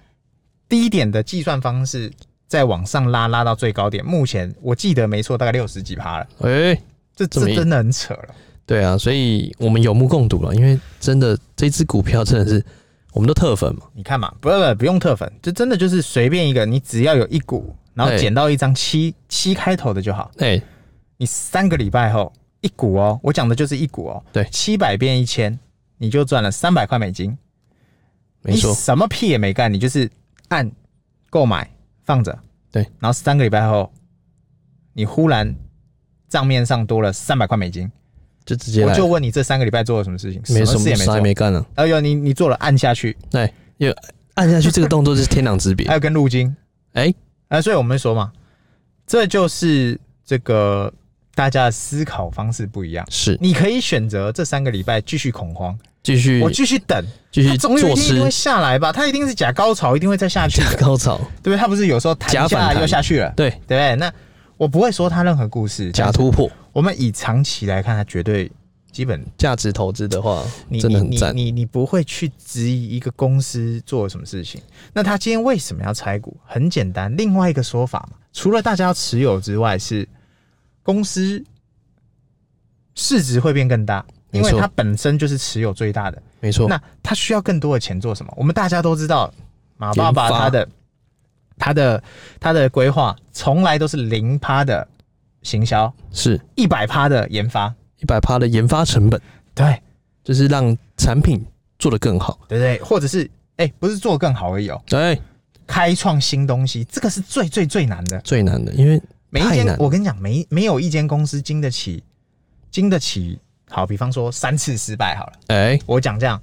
[SPEAKER 2] 低点的计算方式，再往上拉，拉到最高点。目前我记得没错，大概六十几趴了，
[SPEAKER 1] 哎、
[SPEAKER 2] 这
[SPEAKER 1] 这么
[SPEAKER 2] 这
[SPEAKER 1] 硬
[SPEAKER 2] 真的很扯了。
[SPEAKER 1] 对啊，所以我们有目共睹了，因为真的这只股票真的是我们都特粉嘛，
[SPEAKER 2] 你看嘛，不不不用特粉，这真的就是随便一个，你只要有一股，然后
[SPEAKER 1] 对
[SPEAKER 2] 捡到一张七七开头的就好。
[SPEAKER 1] 哎、
[SPEAKER 2] 你三个礼拜后一股哦，我讲的就是一股哦，
[SPEAKER 1] 对
[SPEAKER 2] 七百变一千，你就赚了三百块美金。
[SPEAKER 1] 没错
[SPEAKER 2] 你，什么屁也没干，你就是按购买放着，
[SPEAKER 1] 对，
[SPEAKER 2] 然后三个礼拜后，你忽然账面上多了三百块美金，
[SPEAKER 1] 就直接
[SPEAKER 2] 我
[SPEAKER 1] 来了
[SPEAKER 2] 就问你这三个礼拜做了什么事情？
[SPEAKER 1] 没什
[SPEAKER 2] 什么事
[SPEAKER 1] 么
[SPEAKER 2] 也没
[SPEAKER 1] 啥
[SPEAKER 2] 做
[SPEAKER 1] 也。没干呢、
[SPEAKER 2] 哎呦，你你做了按下去，
[SPEAKER 1] 对，因 为按下去这个动作就是天壤之别
[SPEAKER 2] 还。有跟入金，
[SPEAKER 1] 哎、
[SPEAKER 2] 哎、所以我们说嘛，这就是这个大家的思考方式不一样。
[SPEAKER 1] 是
[SPEAKER 2] 你可以选择这三个礼拜继续恐慌，
[SPEAKER 1] 继续
[SPEAKER 2] 我继续等，
[SPEAKER 1] 继
[SPEAKER 2] 它
[SPEAKER 1] 续
[SPEAKER 2] 总有
[SPEAKER 1] 坐
[SPEAKER 2] 一天一定
[SPEAKER 1] 吃
[SPEAKER 2] 会下来吧？它一定 是假高潮，一定会再下去
[SPEAKER 1] 假
[SPEAKER 2] 的，
[SPEAKER 1] 高潮，
[SPEAKER 2] 对不对？它不是有时候弹
[SPEAKER 1] 假
[SPEAKER 2] 一
[SPEAKER 1] 反
[SPEAKER 2] 下
[SPEAKER 1] 弹
[SPEAKER 2] 又下去了，
[SPEAKER 1] 对，
[SPEAKER 2] 对不对？那我不会说它任何故事
[SPEAKER 1] 假，突破
[SPEAKER 2] 但是我们以长期来看，它绝对基本
[SPEAKER 1] 价值投资的话，
[SPEAKER 2] 你
[SPEAKER 1] 真的很
[SPEAKER 2] 你
[SPEAKER 1] 赞
[SPEAKER 2] 你你你不会去质疑一个公司做了什么事情。那他今天为什么要拆股？很简单，另外一个说法嘛，除了大家要持有之外，是公司市值会变更大，因为
[SPEAKER 1] 没错
[SPEAKER 2] 它本身就是持有最大的。
[SPEAKER 1] 没错。
[SPEAKER 2] 那他需要更多的钱做什么？我们大家都知道，马爸爸
[SPEAKER 1] 研发
[SPEAKER 2] 他的他的他的规划从来都是零趴的行销，
[SPEAKER 1] 是
[SPEAKER 2] 一百趴的研发。
[SPEAKER 1] 一百趴的研发成本，
[SPEAKER 2] 对
[SPEAKER 1] 就是让产品做得更好。
[SPEAKER 2] 对对，或者是哎、不是做更好而已哦，
[SPEAKER 1] 哎、
[SPEAKER 2] 开创新东西，这个是最最最难的。
[SPEAKER 1] 最难的，因为
[SPEAKER 2] 每一
[SPEAKER 1] 太
[SPEAKER 2] 间
[SPEAKER 1] 难，
[SPEAKER 2] 我跟你讲，没没有一间公司经得起经得起。好，比方说三次失败好了，
[SPEAKER 1] 哎、
[SPEAKER 2] 我讲这样，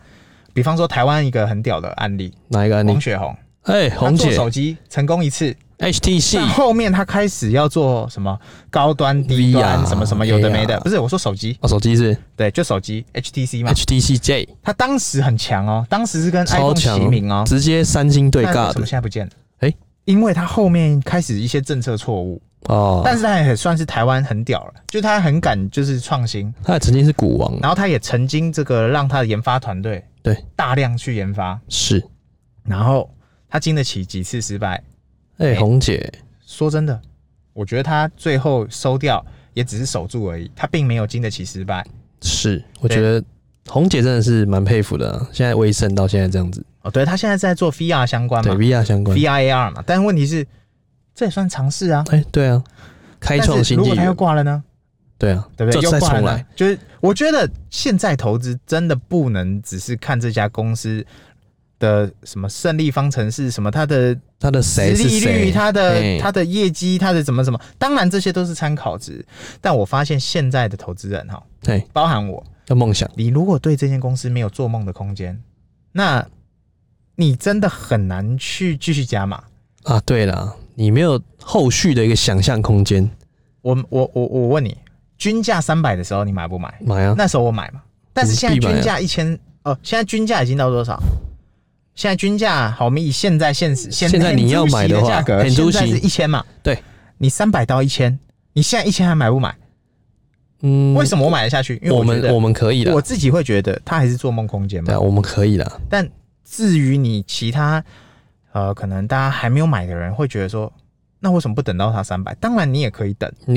[SPEAKER 2] 比方说台湾一个很屌的案例，
[SPEAKER 1] 哪一个案例
[SPEAKER 2] 王？雪红，
[SPEAKER 1] 哎、
[SPEAKER 2] 她
[SPEAKER 1] 红
[SPEAKER 2] 做
[SPEAKER 1] 姐
[SPEAKER 2] 手机成功一次，
[SPEAKER 1] ，HTC
[SPEAKER 2] 但后面他开始要做什么高端、低
[SPEAKER 1] VR
[SPEAKER 2] 端什么什么有的没的，
[SPEAKER 1] AR
[SPEAKER 2] 不是我说手机，
[SPEAKER 1] 哦，手机是
[SPEAKER 2] 对，就手机 HTC 嘛，
[SPEAKER 1] HTC J，
[SPEAKER 2] 他当时很强哦，当时是跟
[SPEAKER 1] 哎超
[SPEAKER 2] iPhone
[SPEAKER 1] 强
[SPEAKER 2] 齐名哦，
[SPEAKER 1] 直接三星对
[SPEAKER 2] 但为
[SPEAKER 1] 尬
[SPEAKER 2] 什么
[SPEAKER 1] 的
[SPEAKER 2] 现在不见了？
[SPEAKER 1] 哎
[SPEAKER 2] 因为他后面开始一些政策错误，
[SPEAKER 1] 哦。
[SPEAKER 2] 但是他也算是台湾很屌了，就他很敢就是创新，
[SPEAKER 1] 他也曾经是股王，
[SPEAKER 2] 然后他也曾经这个让他的研发团队
[SPEAKER 1] 对
[SPEAKER 2] 大量去研发，
[SPEAKER 1] 是
[SPEAKER 2] 然后他经得起几次失败，
[SPEAKER 1] 哎、
[SPEAKER 2] 哎
[SPEAKER 1] 红姐，
[SPEAKER 2] 说真的，我觉得他最后收掉也只是守住而已，他并没有经得起失败。
[SPEAKER 1] 是，我
[SPEAKER 2] 对
[SPEAKER 1] 觉得红姐真的是蛮佩服的啊、现在微升到现在这样子，
[SPEAKER 2] 哦，对他现在是在做 VR 相关
[SPEAKER 1] 对
[SPEAKER 2] 嘛
[SPEAKER 1] VR 相关，
[SPEAKER 2] ，VR AR 嘛，但问题是这也算尝试啊。
[SPEAKER 1] 哎、对啊，开创
[SPEAKER 2] 但是
[SPEAKER 1] 新
[SPEAKER 2] 如
[SPEAKER 1] 纪
[SPEAKER 2] 果他又
[SPEAKER 1] 元，
[SPEAKER 2] 挂了呢？
[SPEAKER 1] 对啊，
[SPEAKER 2] 对不对？
[SPEAKER 1] 这
[SPEAKER 2] 又
[SPEAKER 1] 再
[SPEAKER 2] 挂了
[SPEAKER 1] 重
[SPEAKER 2] 呢
[SPEAKER 1] 来，，
[SPEAKER 2] 就是我觉得现在投资真的不能只是看这家公司的什么胜利方程式，什么它的
[SPEAKER 1] 他的
[SPEAKER 2] 实
[SPEAKER 1] 谁是
[SPEAKER 2] 利率、
[SPEAKER 1] 谁，
[SPEAKER 2] 它的
[SPEAKER 1] 哎
[SPEAKER 2] 它的业绩、它的怎么怎么，当然这些都是参考值。但我发现现在的投资人哈，
[SPEAKER 1] 对，
[SPEAKER 2] 包含我，
[SPEAKER 1] 要梦想，
[SPEAKER 2] 你如果对这间公司没有做梦的空间，那你真的很难去继续加码。
[SPEAKER 1] 啊，对啦，你没有后续的一个想象空间，
[SPEAKER 2] 我我我我问你，均价三百的时候你买不买？
[SPEAKER 1] 买啊，
[SPEAKER 2] 那时候我买嘛，但是现在
[SPEAKER 1] 必买啊
[SPEAKER 2] 均价一千，哦，现在均价已经到多少？现在均价好，我们以现在现实现
[SPEAKER 1] 现在你要
[SPEAKER 2] 很猪
[SPEAKER 1] 买
[SPEAKER 2] 席
[SPEAKER 1] 的
[SPEAKER 2] 的
[SPEAKER 1] 话
[SPEAKER 2] 价格，
[SPEAKER 1] 很猪
[SPEAKER 2] 现
[SPEAKER 1] 席
[SPEAKER 2] 在是一千嘛？
[SPEAKER 1] 对，
[SPEAKER 2] 你三百到一千，你现在一千还买不买？
[SPEAKER 1] 嗯，
[SPEAKER 2] 为什么我买得下去？因为
[SPEAKER 1] 我
[SPEAKER 2] 觉
[SPEAKER 1] 们
[SPEAKER 2] 得
[SPEAKER 1] 我们可以
[SPEAKER 2] 我
[SPEAKER 1] 的，
[SPEAKER 2] 自己会觉得它还是做梦空间嘛
[SPEAKER 1] 对。啊，我们可以的，
[SPEAKER 2] 但至于你其他，呃，可能大家还没有买的人会觉得说，那为什么不等到它三百？当然你也可以等，哎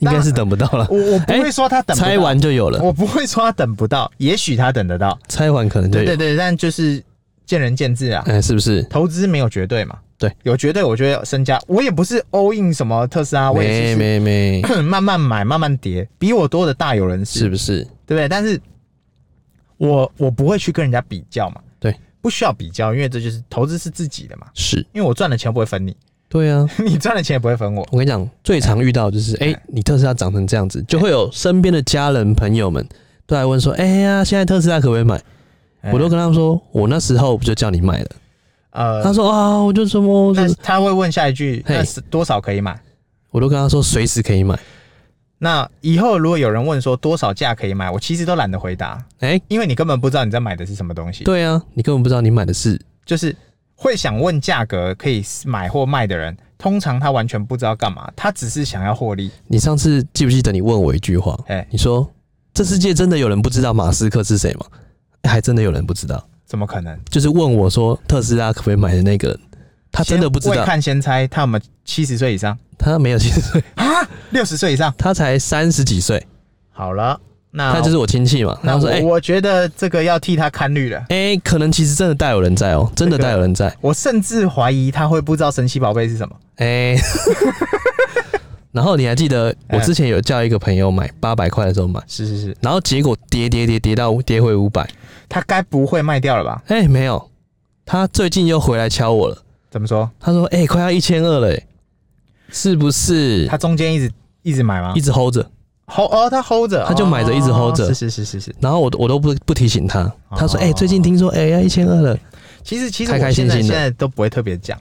[SPEAKER 1] 应该是等不到了，
[SPEAKER 2] 我我不会说它等不到，
[SPEAKER 1] 拆完就有了，
[SPEAKER 2] 我不会说它等不到，也许它等得到，
[SPEAKER 1] 拆完可能就
[SPEAKER 2] 对
[SPEAKER 1] 有
[SPEAKER 2] 对，对，但就是见仁见智啊。
[SPEAKER 1] 哎，是不是？
[SPEAKER 2] 投资没有绝对嘛，
[SPEAKER 1] 对，
[SPEAKER 2] 有绝对我觉得身家，我也不是 all in 什么特斯拉，啊我也
[SPEAKER 1] 没
[SPEAKER 2] 是
[SPEAKER 1] 没没，
[SPEAKER 2] 慢慢买慢慢跌，比我多的大有人
[SPEAKER 1] 是
[SPEAKER 2] 是，
[SPEAKER 1] 不是？
[SPEAKER 2] 对不对？但是我我不会去跟人家比较嘛，
[SPEAKER 1] 对，
[SPEAKER 2] 不需要比较，因为这就是投资是自己的嘛。
[SPEAKER 1] 是，
[SPEAKER 2] 因为我赚的钱不会分你，
[SPEAKER 1] 对啊，
[SPEAKER 2] 你赚的钱也不会分我。
[SPEAKER 1] 我跟你讲，最常遇到就是，哎、你特斯拉长成这样
[SPEAKER 2] 哎
[SPEAKER 1] 子，就会有身边的家人朋友们都来问说，哎、呀，现在特斯拉可不可以买？
[SPEAKER 2] 哎
[SPEAKER 1] 我都跟他们说，我那时候不就叫你买的？他
[SPEAKER 2] 嗯呃，
[SPEAKER 1] 说啊，我就什么，就
[SPEAKER 2] 那
[SPEAKER 1] 是
[SPEAKER 2] 他会问下一句，
[SPEAKER 1] 嘿
[SPEAKER 2] 那是多少可以买？
[SPEAKER 1] 我都跟他说随时可以买。
[SPEAKER 2] 那以后如果有人问说多少价可以买，我其实都懒得回答，
[SPEAKER 1] 哎、
[SPEAKER 2] 因为你根本不知道你在买的是什么东西。
[SPEAKER 1] 对啊，你根本不知道你买的是
[SPEAKER 2] 就是会想问价格可以买或卖的人，通常他完全不知道干嘛，他只是想要获利。
[SPEAKER 1] 你上次记不记得你问我一句话？
[SPEAKER 2] 哎，
[SPEAKER 1] 你说这世界真的有人不知道马斯克是谁吗？哎还真的有人不知道，
[SPEAKER 2] 怎么可能？
[SPEAKER 1] 就是问我说特斯拉可不可以买的那个人，他真的不知
[SPEAKER 2] 先未
[SPEAKER 1] 道，
[SPEAKER 2] 看先猜，他有没有七十岁以上
[SPEAKER 1] 他没有几岁，
[SPEAKER 2] 啊？六十岁以上？
[SPEAKER 1] 他才三十几岁，
[SPEAKER 2] 好了，那
[SPEAKER 1] 他就是啊我亲戚嘛。
[SPEAKER 2] 那
[SPEAKER 1] 他
[SPEAKER 2] 我
[SPEAKER 1] 说，哎、
[SPEAKER 2] 我觉得这个要替他看绿了。
[SPEAKER 1] 哎、可能其实真的大有人在哦、真的
[SPEAKER 2] 这个
[SPEAKER 1] 大有人在。
[SPEAKER 2] 我甚至怀疑他会不知道神奇宝贝是什么。
[SPEAKER 1] 哎、 然后你还记得我之前有叫一个朋友买八百块的时候买，
[SPEAKER 2] 是是是，
[SPEAKER 1] 然后结果跌跌跌跌到跌回五百，
[SPEAKER 2] 他该不会卖掉了吧？
[SPEAKER 1] 哎，没有，他最近又回来敲我了，
[SPEAKER 2] 怎么说？
[SPEAKER 1] 他说，哎、快要一千二了、哎，是不是？
[SPEAKER 2] 他中间一直一直买吗
[SPEAKER 1] 一直 hold 着，
[SPEAKER 2] ？hold 哦，他 hold 着，
[SPEAKER 1] 他就买着一直 hold 着
[SPEAKER 2] 哦是是是是是。
[SPEAKER 1] 然后我我都不不提醒他，他说，
[SPEAKER 2] 哦
[SPEAKER 1] 哎、最近听说，哎、要一千二了，
[SPEAKER 2] 其实其实
[SPEAKER 1] 开开
[SPEAKER 2] 我现在
[SPEAKER 1] 心心
[SPEAKER 2] 现
[SPEAKER 1] 的
[SPEAKER 2] 在都不会特别讲，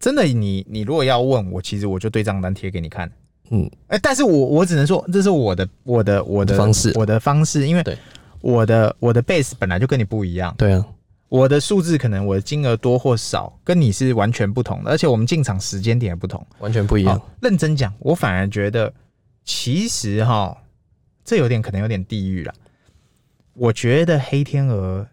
[SPEAKER 2] 真的你你如果要问我，其实我就对账单贴给你看。
[SPEAKER 1] 嗯，
[SPEAKER 2] 哎、但是我我只能说这是我的我的我的
[SPEAKER 1] 方式
[SPEAKER 2] 我的方式，因为
[SPEAKER 1] 对
[SPEAKER 2] 我的我的 base 本来就跟你不一样，
[SPEAKER 1] 对啊，
[SPEAKER 2] 我的数字可能我的金额多或少，跟你是完全不同的，而且我们进场时间点也不同。
[SPEAKER 1] 完全不一样
[SPEAKER 2] 好。，认真讲，我反而觉得，其实哈，这有点可能有点地狱啦。我觉得黑天鹅，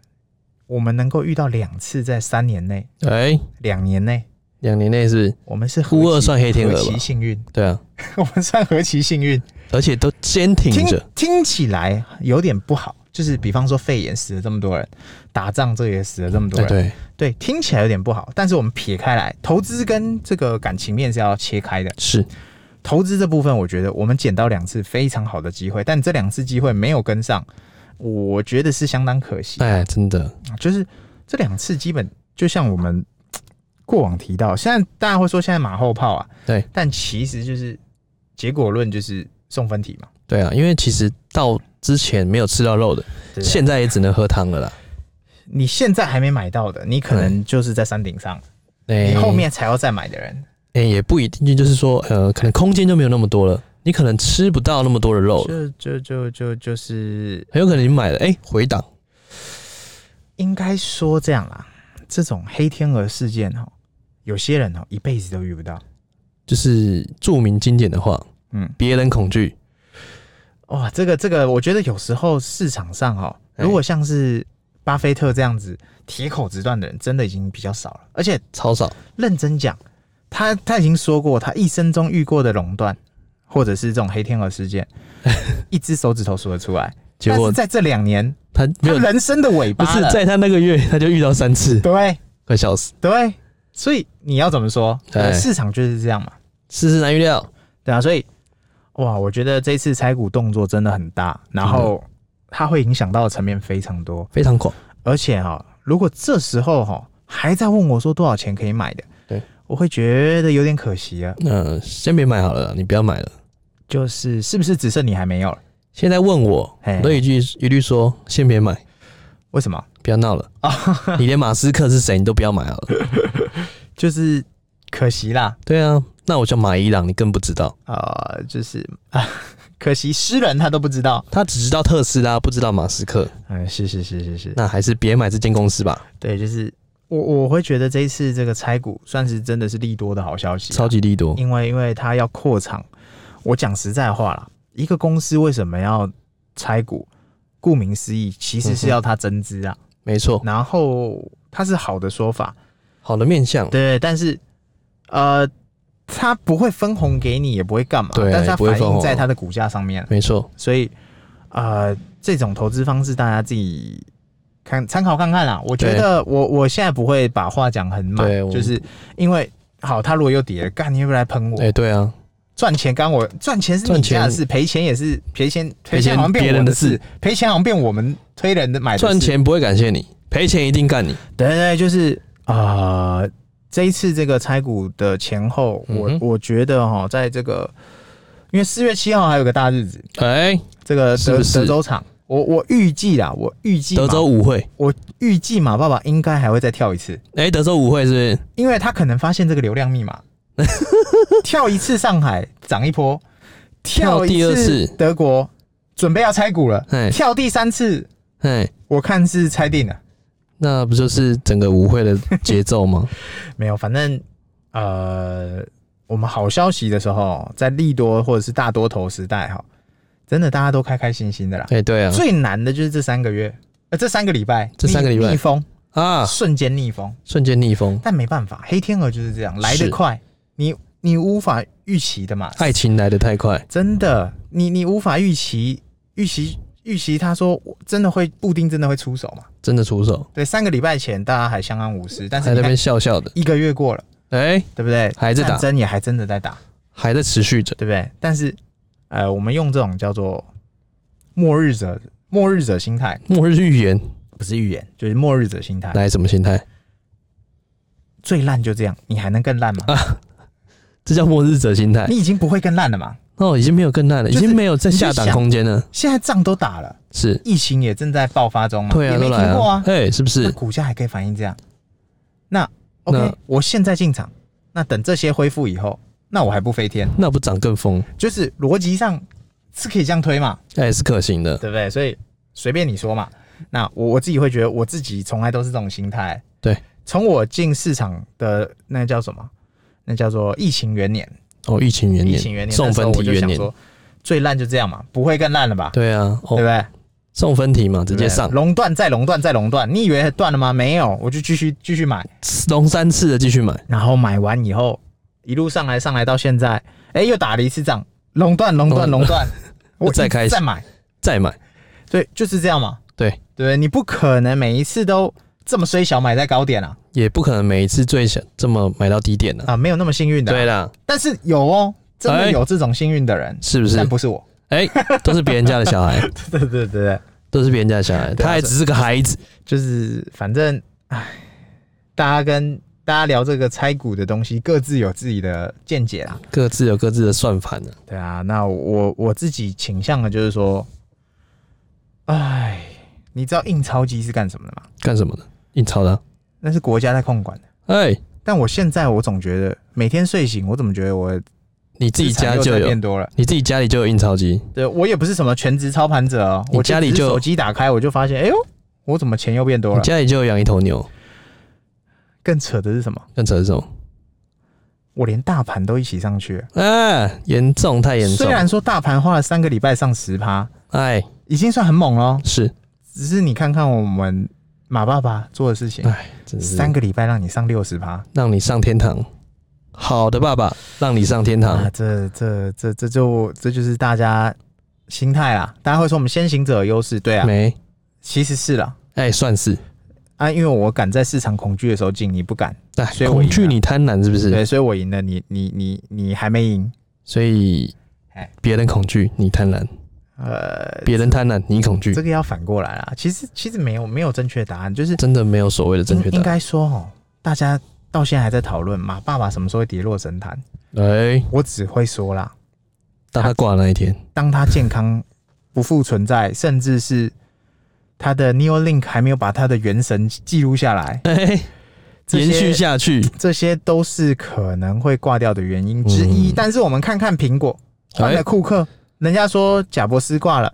[SPEAKER 2] 我们能够遇到两次，在三年内、
[SPEAKER 1] 哎、
[SPEAKER 2] 两年内，
[SPEAKER 1] 两年内是不是
[SPEAKER 2] 我们是何
[SPEAKER 1] 乌
[SPEAKER 2] 其
[SPEAKER 1] 二算黑天鹅
[SPEAKER 2] 何其
[SPEAKER 1] 吧？
[SPEAKER 2] 幸运，
[SPEAKER 1] 对啊，
[SPEAKER 2] 我们算何其幸运。
[SPEAKER 1] 而且都坚挺
[SPEAKER 2] 听
[SPEAKER 1] 着，
[SPEAKER 2] 听起来有点不好，就是比方说肺炎死了这么多人，打仗这也死了这么多
[SPEAKER 1] 哎
[SPEAKER 2] 人，
[SPEAKER 1] 对，
[SPEAKER 2] 对，听起来有点不好。但是我们撇开来，投资跟这个感情面是要切开的。
[SPEAKER 1] 是
[SPEAKER 2] 投资这部分，我觉得我们捡到两次非常好的机会，但这两次机会没有跟上，我觉得是相当可惜。
[SPEAKER 1] 哎，真的
[SPEAKER 2] 就是这两次基本就像我们过往提到，现在大家会说现在马后炮啊，
[SPEAKER 1] 对，
[SPEAKER 2] 但其实就是结果论就是送分题嘛。
[SPEAKER 1] 对啊，因为其实到之前没有吃到肉的，
[SPEAKER 2] 对啊
[SPEAKER 1] 现在也只能喝汤了啦。
[SPEAKER 2] 你现在还没买到的，你可能就是在山顶上，
[SPEAKER 1] 哎、
[SPEAKER 2] 你后面才要再买的人，
[SPEAKER 1] 哎、也不一定，就是说呃，可能空间就没有那么多了，你可能吃不到那么多的肉了，
[SPEAKER 2] 就就就就就是
[SPEAKER 1] 很有可能你买了哎、回档，
[SPEAKER 2] 应该说这样啦。这种黑天鹅事件哦，有些人哦一辈子都遇不到。
[SPEAKER 1] 就是著名经典的话，
[SPEAKER 2] 嗯，
[SPEAKER 1] 别人恐惧，
[SPEAKER 2] 哇，这个这个，我觉得有时候市场上哦，
[SPEAKER 1] 哎
[SPEAKER 2] 如果像是巴菲特这样子铁口直断的人，真的已经比较少了。而且
[SPEAKER 1] 超少，
[SPEAKER 2] 认真讲，他他已经说过，他一生中遇过的垄断，或者是这种黑天 鹅事件，一只手指头数得出来。
[SPEAKER 1] 结
[SPEAKER 2] 但
[SPEAKER 1] 果
[SPEAKER 2] 是在这两年，
[SPEAKER 1] 他没
[SPEAKER 2] 他
[SPEAKER 1] 有，
[SPEAKER 2] 人生的尾
[SPEAKER 1] 不
[SPEAKER 2] 巴
[SPEAKER 1] 是
[SPEAKER 2] 了
[SPEAKER 1] 在他那个月他就遇到三次，
[SPEAKER 2] 对
[SPEAKER 1] 快笑死，
[SPEAKER 2] 对，所以你要怎么说？
[SPEAKER 1] 哎
[SPEAKER 2] 市场就是这样嘛，
[SPEAKER 1] 世事难预料，
[SPEAKER 2] 对啊，所以哇，我觉得这次拆股动作真的很大，然后它会影响到的层面非常多，
[SPEAKER 1] 非常狂，
[SPEAKER 2] 而且哈、如果这时候哈、还在问我说多少钱可以买的，
[SPEAKER 1] 对
[SPEAKER 2] 我会觉得有点可惜啊，
[SPEAKER 1] 呃，先别买好了啦，你不要买了。
[SPEAKER 2] 就是是不是只剩你还没有了？
[SPEAKER 1] 现在问我，
[SPEAKER 2] 嘿
[SPEAKER 1] 我都一句一律说先别买，
[SPEAKER 2] 为什么？
[SPEAKER 1] 不要闹了。
[SPEAKER 2] 啊
[SPEAKER 1] 你连马斯克是谁你都不要买好 了。
[SPEAKER 2] 就是可惜啦，
[SPEAKER 1] 对啊，那我叫马伊朗，你更不知道，
[SPEAKER 2] 呃，就是 啊，可惜诗人他都不知道。
[SPEAKER 1] 他只知道特斯拉，不知道马斯克，
[SPEAKER 2] 嗯，是是是是是，
[SPEAKER 1] 那还是别买这间公司吧，
[SPEAKER 2] 对，就是我我会觉得这一次这个拆股算是真的是利多的好消息啊，
[SPEAKER 1] 超级利多。
[SPEAKER 2] 因为因为它要扩厂。我讲实在话啦，一个公司为什么要拆股？顾名思义，其实是要它增资啊。
[SPEAKER 1] 没错，
[SPEAKER 2] 然后它是好的说法，
[SPEAKER 1] 好的面相，
[SPEAKER 2] 对，但是呃，它不会分红给你，也不会干嘛，
[SPEAKER 1] 对啊
[SPEAKER 2] 但是它
[SPEAKER 1] 也不会
[SPEAKER 2] 反
[SPEAKER 1] 分
[SPEAKER 2] 映
[SPEAKER 1] 红
[SPEAKER 2] 在它的股价上面，
[SPEAKER 1] 没错，
[SPEAKER 2] 所以呃，这种投资方式大家自己。看参考看看啦，我觉得我我现在不会把话讲很满
[SPEAKER 1] 对，我
[SPEAKER 2] 就是因为好，它如果又跌了，干你会不会来喷我？
[SPEAKER 1] 哎、对啊，
[SPEAKER 2] 赚钱干我赚钱是你
[SPEAKER 1] 赚钱
[SPEAKER 2] 家的事，赔钱也是赔钱，
[SPEAKER 1] 赔钱
[SPEAKER 2] 赔钱好像变
[SPEAKER 1] 别
[SPEAKER 2] 我
[SPEAKER 1] 人的
[SPEAKER 2] 的
[SPEAKER 1] 事
[SPEAKER 2] 事，赔钱好像变我们推人的买的事
[SPEAKER 1] 赚，钱不会感谢你，赔钱一定干你。
[SPEAKER 2] 对对对，就是啊、呃这一次这个拆股的前后，我、
[SPEAKER 1] 嗯哼
[SPEAKER 2] 我觉得哈，在这个因为四月七号还有个大日子，
[SPEAKER 1] 哎、
[SPEAKER 2] 这个德
[SPEAKER 1] 是不是
[SPEAKER 2] 德州场，我我预计啦，我预计马
[SPEAKER 1] 德州，舞会，
[SPEAKER 2] 我预计马爸爸应该还会再跳一次，
[SPEAKER 1] 哎、德州舞会是不是？
[SPEAKER 2] 因为他可能发现这个流量 密码，跳一次上海涨一波，
[SPEAKER 1] 跳
[SPEAKER 2] 一
[SPEAKER 1] 第二次
[SPEAKER 2] 德国，准备要拆股了
[SPEAKER 1] 嘿，
[SPEAKER 2] 跳第三次，
[SPEAKER 1] 哎、
[SPEAKER 2] 我看是拆定了，
[SPEAKER 1] 那不就是整个舞会的节奏 吗？
[SPEAKER 2] 没有，反正呃，我们好消息的时候，在利多或者是大多头时代哈，真的大家都开开心心的啦。
[SPEAKER 1] 哎、对啊，
[SPEAKER 2] 最难的就是这三个月，呃，这三个礼拜，
[SPEAKER 1] 这三个礼拜
[SPEAKER 2] 逆逆风，
[SPEAKER 1] 啊，
[SPEAKER 2] 瞬间逆风，
[SPEAKER 1] 瞬间逆风，
[SPEAKER 2] 但没办法，黑天鹅就是这样，来
[SPEAKER 1] 是
[SPEAKER 2] 得快，你你无法预期的嘛，
[SPEAKER 1] 爱情来得太快，
[SPEAKER 2] 真的，你你无法预期预期预期，他说真的会布丁真的会出手嘛？
[SPEAKER 1] 真的出手，
[SPEAKER 2] 对，三个礼拜前大家还相安无事，但是
[SPEAKER 1] 还在
[SPEAKER 2] 你
[SPEAKER 1] 那
[SPEAKER 2] 看
[SPEAKER 1] 边笑笑的，
[SPEAKER 2] 一个月过了，
[SPEAKER 1] 哎、
[SPEAKER 2] 对不对？
[SPEAKER 1] 还在打
[SPEAKER 2] 战争也还真的在打，
[SPEAKER 1] 还在持续着。
[SPEAKER 2] 对不对？但是呃，我们用这种叫做末日者末日者心态，
[SPEAKER 1] 末日预言
[SPEAKER 2] 不是预言，就是末日者心态。
[SPEAKER 1] 来什么心态？
[SPEAKER 2] 最烂就这样，你还能更烂吗？
[SPEAKER 1] 这叫末日者心态。
[SPEAKER 2] 你已经不会更烂了嘛？
[SPEAKER 1] 哦，已经没有更烂了，已
[SPEAKER 2] 就是
[SPEAKER 1] 经没有在下档空间了。
[SPEAKER 2] 现在仗都打了，
[SPEAKER 1] 是，
[SPEAKER 2] 疫情也正在爆发中嘛，
[SPEAKER 1] 对啊，
[SPEAKER 2] 嗯也没
[SPEAKER 1] 都来
[SPEAKER 2] 停过
[SPEAKER 1] 了
[SPEAKER 2] 啊。，
[SPEAKER 1] 哎，是不
[SPEAKER 2] 那
[SPEAKER 1] 是？
[SPEAKER 2] 股价还可以反映这样。那 OK，
[SPEAKER 1] 那
[SPEAKER 2] 我现在进场，那等这些恢复以后，那我还不飞天？
[SPEAKER 1] 那不涨更疯，
[SPEAKER 2] 就是逻辑上是可以这样推嘛，
[SPEAKER 1] 哎，是可行的。
[SPEAKER 2] 对不对？所以随便你说嘛。那我我自己会觉得，我自己从来都是这种心态。
[SPEAKER 1] 对，
[SPEAKER 2] 从我进市场的那叫什么？那叫做疫情元年，
[SPEAKER 1] 哦，疫情元
[SPEAKER 2] 疫
[SPEAKER 1] 年，
[SPEAKER 2] 情元年，
[SPEAKER 1] 送
[SPEAKER 2] 那时
[SPEAKER 1] 分
[SPEAKER 2] 候我
[SPEAKER 1] 题
[SPEAKER 2] 就
[SPEAKER 1] 元
[SPEAKER 2] 想
[SPEAKER 1] 年，
[SPEAKER 2] 说，最烂就这样嘛，不会更烂了吧？
[SPEAKER 1] 对啊，
[SPEAKER 2] 对不
[SPEAKER 1] 哦，
[SPEAKER 2] 对？
[SPEAKER 1] 送分题嘛，直
[SPEAKER 2] 对不对啊
[SPEAKER 1] 接上
[SPEAKER 2] 熔断再熔断再熔断，你以为断了吗？没有，我就继续继续买，
[SPEAKER 1] 龙三次的继续买，
[SPEAKER 2] 然后买完以后一路上来上来到现在，哎、又打了一次仗，熔断熔断
[SPEAKER 1] 哦
[SPEAKER 2] 熔断，我
[SPEAKER 1] 再开始
[SPEAKER 2] 再买，
[SPEAKER 1] 再买，
[SPEAKER 2] 对，就是这样嘛，
[SPEAKER 1] 对
[SPEAKER 2] 对不对，你不可能每一次都这么衰小买在高点啊
[SPEAKER 1] 也不可能每一次最想这么买到低点的、
[SPEAKER 2] 啊，没有那么幸运的啊、
[SPEAKER 1] 对啦，
[SPEAKER 2] 但是有哦，真的
[SPEAKER 1] 哎
[SPEAKER 2] 有这种幸运的人，
[SPEAKER 1] 是不是
[SPEAKER 2] 但？不是我，
[SPEAKER 1] 哎、都是别人家的小孩，
[SPEAKER 2] 对对对对，
[SPEAKER 1] 都是别人家的小孩，
[SPEAKER 2] 对啊
[SPEAKER 1] 他还只是个孩子。
[SPEAKER 2] 就是反正，唉，大家跟大家聊这个拆股的东西，各自有自己的见解啦。
[SPEAKER 1] 各自有各自的算盘呢、
[SPEAKER 2] 对啊，那我我自己倾向的就是说，唉，你知道印钞机是干什么的吗？
[SPEAKER 1] 干什么呢？印钞的啊、
[SPEAKER 2] 那是国家在控管的。
[SPEAKER 1] 哎、
[SPEAKER 2] 但我现在我总觉得每天睡醒，我怎么觉得我
[SPEAKER 1] 你自己
[SPEAKER 2] 资产
[SPEAKER 1] 家
[SPEAKER 2] 又
[SPEAKER 1] 就
[SPEAKER 2] 在
[SPEAKER 1] 有
[SPEAKER 2] 变，多了？
[SPEAKER 1] 你自己家里就有印钞机，
[SPEAKER 2] 对我也不是什么全职操盘者哦，
[SPEAKER 1] 你
[SPEAKER 2] 我
[SPEAKER 1] 家里
[SPEAKER 2] 只是
[SPEAKER 1] 就
[SPEAKER 2] 手机打开我就发现，哎呦，我怎么钱又变多
[SPEAKER 1] 你
[SPEAKER 2] 了？
[SPEAKER 1] 家里就有养一头牛，
[SPEAKER 2] 更扯的是什么？
[SPEAKER 1] 干扯是什么？
[SPEAKER 2] 我连大盘都一起上去了。
[SPEAKER 1] 啊，严重，太严
[SPEAKER 2] 虽
[SPEAKER 1] 重。
[SPEAKER 2] 然说大盘花了三个礼拜上十趴，
[SPEAKER 1] 哎，
[SPEAKER 2] 已经算很猛喽。
[SPEAKER 1] 是，
[SPEAKER 2] 只是你看看我们马爸爸做的事情，
[SPEAKER 1] 哎，真是
[SPEAKER 2] 三个礼拜让你上六十趴
[SPEAKER 1] 让你上天堂。好的，爸爸，让你上天堂
[SPEAKER 2] 啊！。这这这这就这就是大家心态啦。大家会说我们先行者有优势，对啊，
[SPEAKER 1] 没，
[SPEAKER 2] 其实是啦。
[SPEAKER 1] 哎，算是。
[SPEAKER 2] 啊，因为我敢在市场恐惧的时候进，你不敢，
[SPEAKER 1] 哎，
[SPEAKER 2] 所以我
[SPEAKER 1] 恐
[SPEAKER 2] 赢了
[SPEAKER 1] 惧你贪婪是不是？
[SPEAKER 2] 对，所以我赢了，你你你你还没赢，
[SPEAKER 1] 所以
[SPEAKER 2] 哎，
[SPEAKER 1] 别人恐惧，你贪婪；
[SPEAKER 2] 呃，
[SPEAKER 1] 别人贪婪，你恐惧
[SPEAKER 2] 这。个要反过来啦。其实其实没有没有正确答案，就是
[SPEAKER 1] 真的没有所谓的正确
[SPEAKER 2] 应应
[SPEAKER 1] 答案。
[SPEAKER 2] 该说哦，大家到现在还在讨论马爸爸什么时候会跌落神坛，
[SPEAKER 1] 哎，
[SPEAKER 2] 我只会说啦，
[SPEAKER 1] 当他挂的那一天，
[SPEAKER 2] 当他健康不复存在，甚至是他的 Neuralink 还没有把他的元神记录下来，
[SPEAKER 1] 哎，
[SPEAKER 2] 啊这些
[SPEAKER 1] 延续下去。
[SPEAKER 2] 这些都是可能会挂掉的原因之一。
[SPEAKER 1] 嗯
[SPEAKER 2] 但是我们看看苹果换了
[SPEAKER 1] 哎，
[SPEAKER 2] 库克，人家说贾伯斯挂了，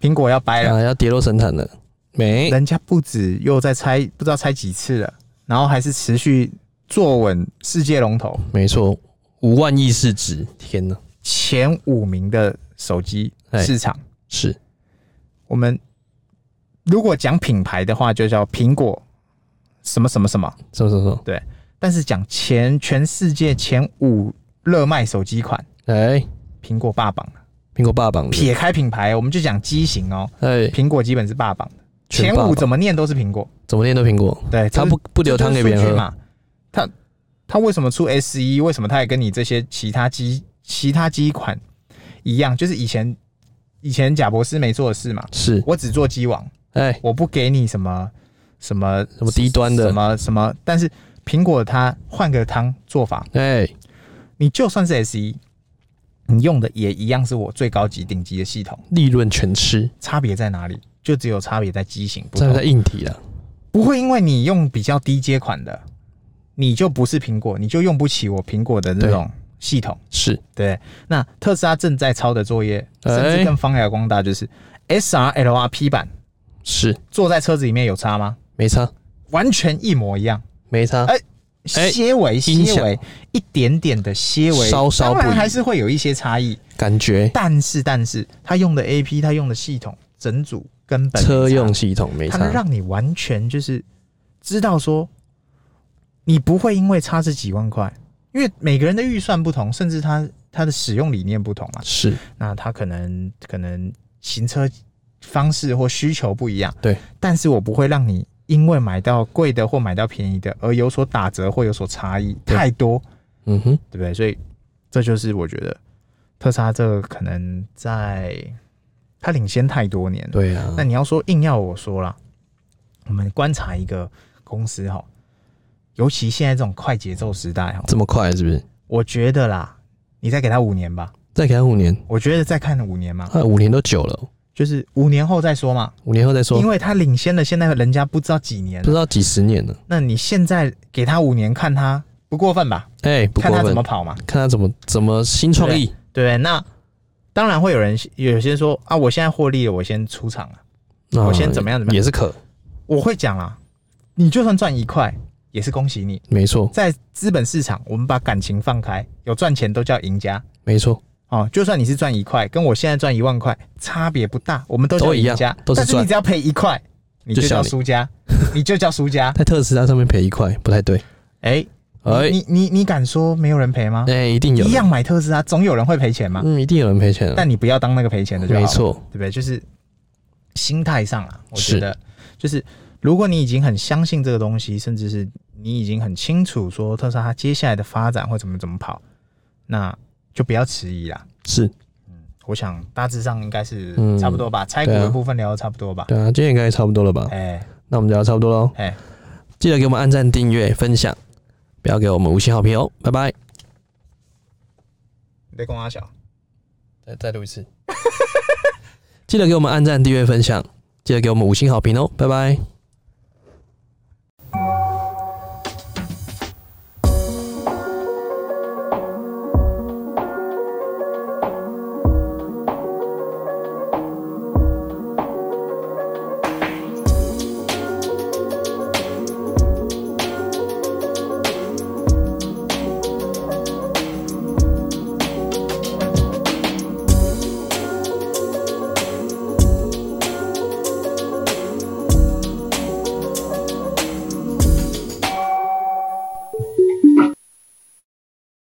[SPEAKER 2] 苹果要掰了，
[SPEAKER 1] 啊，要跌落神坛了。没，
[SPEAKER 2] 人家不止又在拆，不知道拆几次了，然后还是持续坐稳世界龙头
[SPEAKER 1] 没错，五万亿市值，天哪！
[SPEAKER 2] 前五名的手机
[SPEAKER 1] 哎
[SPEAKER 2] 市场。
[SPEAKER 1] 是
[SPEAKER 2] 我们如果讲品牌的话，就叫苹果什么什么什么。
[SPEAKER 1] 什么什么什么？
[SPEAKER 2] 但是讲前全世界前五热卖手机款，
[SPEAKER 1] 哎，
[SPEAKER 2] 苹果霸榜。
[SPEAKER 1] 苹果霸榜的，
[SPEAKER 2] 撇开品牌，我们就讲机型哦，
[SPEAKER 1] 哎，
[SPEAKER 2] 苹果基本是霸榜的，
[SPEAKER 1] 全
[SPEAKER 2] 前
[SPEAKER 1] 霸
[SPEAKER 2] 五
[SPEAKER 1] 榜
[SPEAKER 2] 怎么念都是苹果。
[SPEAKER 1] 怎么念都苹果，
[SPEAKER 2] 对，
[SPEAKER 1] 他不不
[SPEAKER 2] 不
[SPEAKER 1] 留汤给别人喝。
[SPEAKER 2] 嘛。他他为什么出 S 一？为什么他也跟你这些其他机其他机款一样？就是以前以前贾博斯没做的事嘛。
[SPEAKER 1] 是，
[SPEAKER 2] 我只做机网，
[SPEAKER 1] 哎，
[SPEAKER 2] 我不给你什么什么
[SPEAKER 1] 什么低端
[SPEAKER 2] 什
[SPEAKER 1] 的，
[SPEAKER 2] 么什么，但是苹果它换个汤做法，
[SPEAKER 1] 哎，
[SPEAKER 2] 你就算是 S 一，你用的也一样是我最高级顶级的系统，
[SPEAKER 1] 利润全吃，
[SPEAKER 2] 差别在哪里？就只有差别在机型不
[SPEAKER 1] 站
[SPEAKER 2] 同
[SPEAKER 1] 在，硬啊体了，
[SPEAKER 2] 不会因为你用比较低阶款的，你就不是苹果，你就用不起我苹果的那种系统。
[SPEAKER 1] 是
[SPEAKER 2] 对，那特斯拉正在抄的作业，甚至
[SPEAKER 1] 哎
[SPEAKER 2] 跟方雅光大就是 S R L R P 版
[SPEAKER 1] 是，
[SPEAKER 2] 坐在车子里面有差吗？
[SPEAKER 1] 没差
[SPEAKER 2] 完全一模一样。
[SPEAKER 1] 没差
[SPEAKER 2] 哎，
[SPEAKER 1] 哎
[SPEAKER 2] 些微、
[SPEAKER 1] 音
[SPEAKER 2] 些
[SPEAKER 1] 响
[SPEAKER 2] 微一点点的些微，
[SPEAKER 1] 稍稍
[SPEAKER 2] 当
[SPEAKER 1] 不
[SPEAKER 2] 然
[SPEAKER 1] 一
[SPEAKER 2] 还是会有一些差异，
[SPEAKER 1] 感觉
[SPEAKER 2] 但是但是他用的 A P，他用的系统整组根本没
[SPEAKER 1] 车
[SPEAKER 2] 差
[SPEAKER 1] 用，系统没
[SPEAKER 2] 它能
[SPEAKER 1] 差，
[SPEAKER 2] 让你完全就是知道说，你不会因为差这几万块，因为每个人的预算不同，甚至他他的使用理念不同嘛，
[SPEAKER 1] 是
[SPEAKER 2] 那他可能可能行车方式或需求不一样，
[SPEAKER 1] 对，
[SPEAKER 2] 但是我不会让你因为买到贵的或买到便宜的而有所打折或有所差异
[SPEAKER 1] 对
[SPEAKER 2] 太多，
[SPEAKER 1] 嗯哼，
[SPEAKER 2] 对不对？所以这就是我觉得特斯拉这个可能在它领先太多年了。
[SPEAKER 1] 对啊
[SPEAKER 2] 那，你要说硬要我说啦，我们观察一个公司哈，尤其现在这种快节奏时代哈，
[SPEAKER 1] 这么快是不是？
[SPEAKER 2] 我觉得啦，你再给它五年吧，
[SPEAKER 1] 再给他五年，
[SPEAKER 2] 我觉得再看五年嘛，
[SPEAKER 1] 啊，五年都久了，
[SPEAKER 2] 就是五年后再说嘛。
[SPEAKER 1] 五年后再说
[SPEAKER 2] 因，为他领先了，现在人家不知道几年
[SPEAKER 1] 不知
[SPEAKER 2] 了。
[SPEAKER 1] 道几十年了，
[SPEAKER 2] 那你现在给他五年，看他不过分吧？
[SPEAKER 1] 哎，不过
[SPEAKER 2] 看他
[SPEAKER 1] 分
[SPEAKER 2] 怎么，跑嘛，
[SPEAKER 1] 看他怎么怎么新创意，
[SPEAKER 2] 对不对？那当然会有人有些人说啊，我现在获利了，我先出场了。
[SPEAKER 1] 那
[SPEAKER 2] 我先怎么样怎么样
[SPEAKER 1] 也是可，
[SPEAKER 2] 我会讲啦，你就算赚一块，也是恭喜你。
[SPEAKER 1] 没错，
[SPEAKER 2] 在资本市场，我们把感情放开，有赚钱都叫赢家。
[SPEAKER 1] 没错，
[SPEAKER 2] 哦，就算你是赚一块，跟我现在赚一万块差别不大，我们都叫
[SPEAKER 1] 都一样
[SPEAKER 2] 赢家。
[SPEAKER 1] 都是
[SPEAKER 2] 但是
[SPEAKER 1] 赚
[SPEAKER 2] 你只要赔一块，你
[SPEAKER 1] 就
[SPEAKER 2] 就
[SPEAKER 1] 笑
[SPEAKER 2] 叫
[SPEAKER 1] 你
[SPEAKER 2] 输家，你就叫输家。
[SPEAKER 1] 在特斯拉上面赔一块不太对，
[SPEAKER 2] 哎、
[SPEAKER 1] 哎
[SPEAKER 2] 你你你敢说没有人赔吗？
[SPEAKER 1] 哎，一定有
[SPEAKER 2] 一
[SPEAKER 1] 人，
[SPEAKER 2] 样买特斯拉，总有人会赔钱嘛。
[SPEAKER 1] 嗯，一定有人赔钱了，
[SPEAKER 2] 但你不要当那个赔钱的就好
[SPEAKER 1] 没
[SPEAKER 2] 了，
[SPEAKER 1] 错，
[SPEAKER 2] 对不对？就是心态上啊，我
[SPEAKER 1] 是
[SPEAKER 2] 觉得就是如果你已经很相信这个东西，甚至是你已经很清楚说特斯拉它接下来的发展会怎么怎么跑，那就不要迟疑啦。
[SPEAKER 1] 是
[SPEAKER 2] 我想大致上应该是
[SPEAKER 1] 嗯
[SPEAKER 2] 差不多吧，拆股
[SPEAKER 1] 对啊
[SPEAKER 2] 的部分聊的差不多吧。
[SPEAKER 1] 对啊，今天应该差不多了吧？
[SPEAKER 2] 哎
[SPEAKER 1] 那我们聊得差不多喽，
[SPEAKER 2] 哎，
[SPEAKER 1] 记得给我们按赞、订阅、分享，不要给我们五星好评哦，拜拜。
[SPEAKER 2] 你在跟阿小，
[SPEAKER 1] 再再录一 次，记得给我们按赞、订阅、分享，记得给我们五星好评哦，拜拜。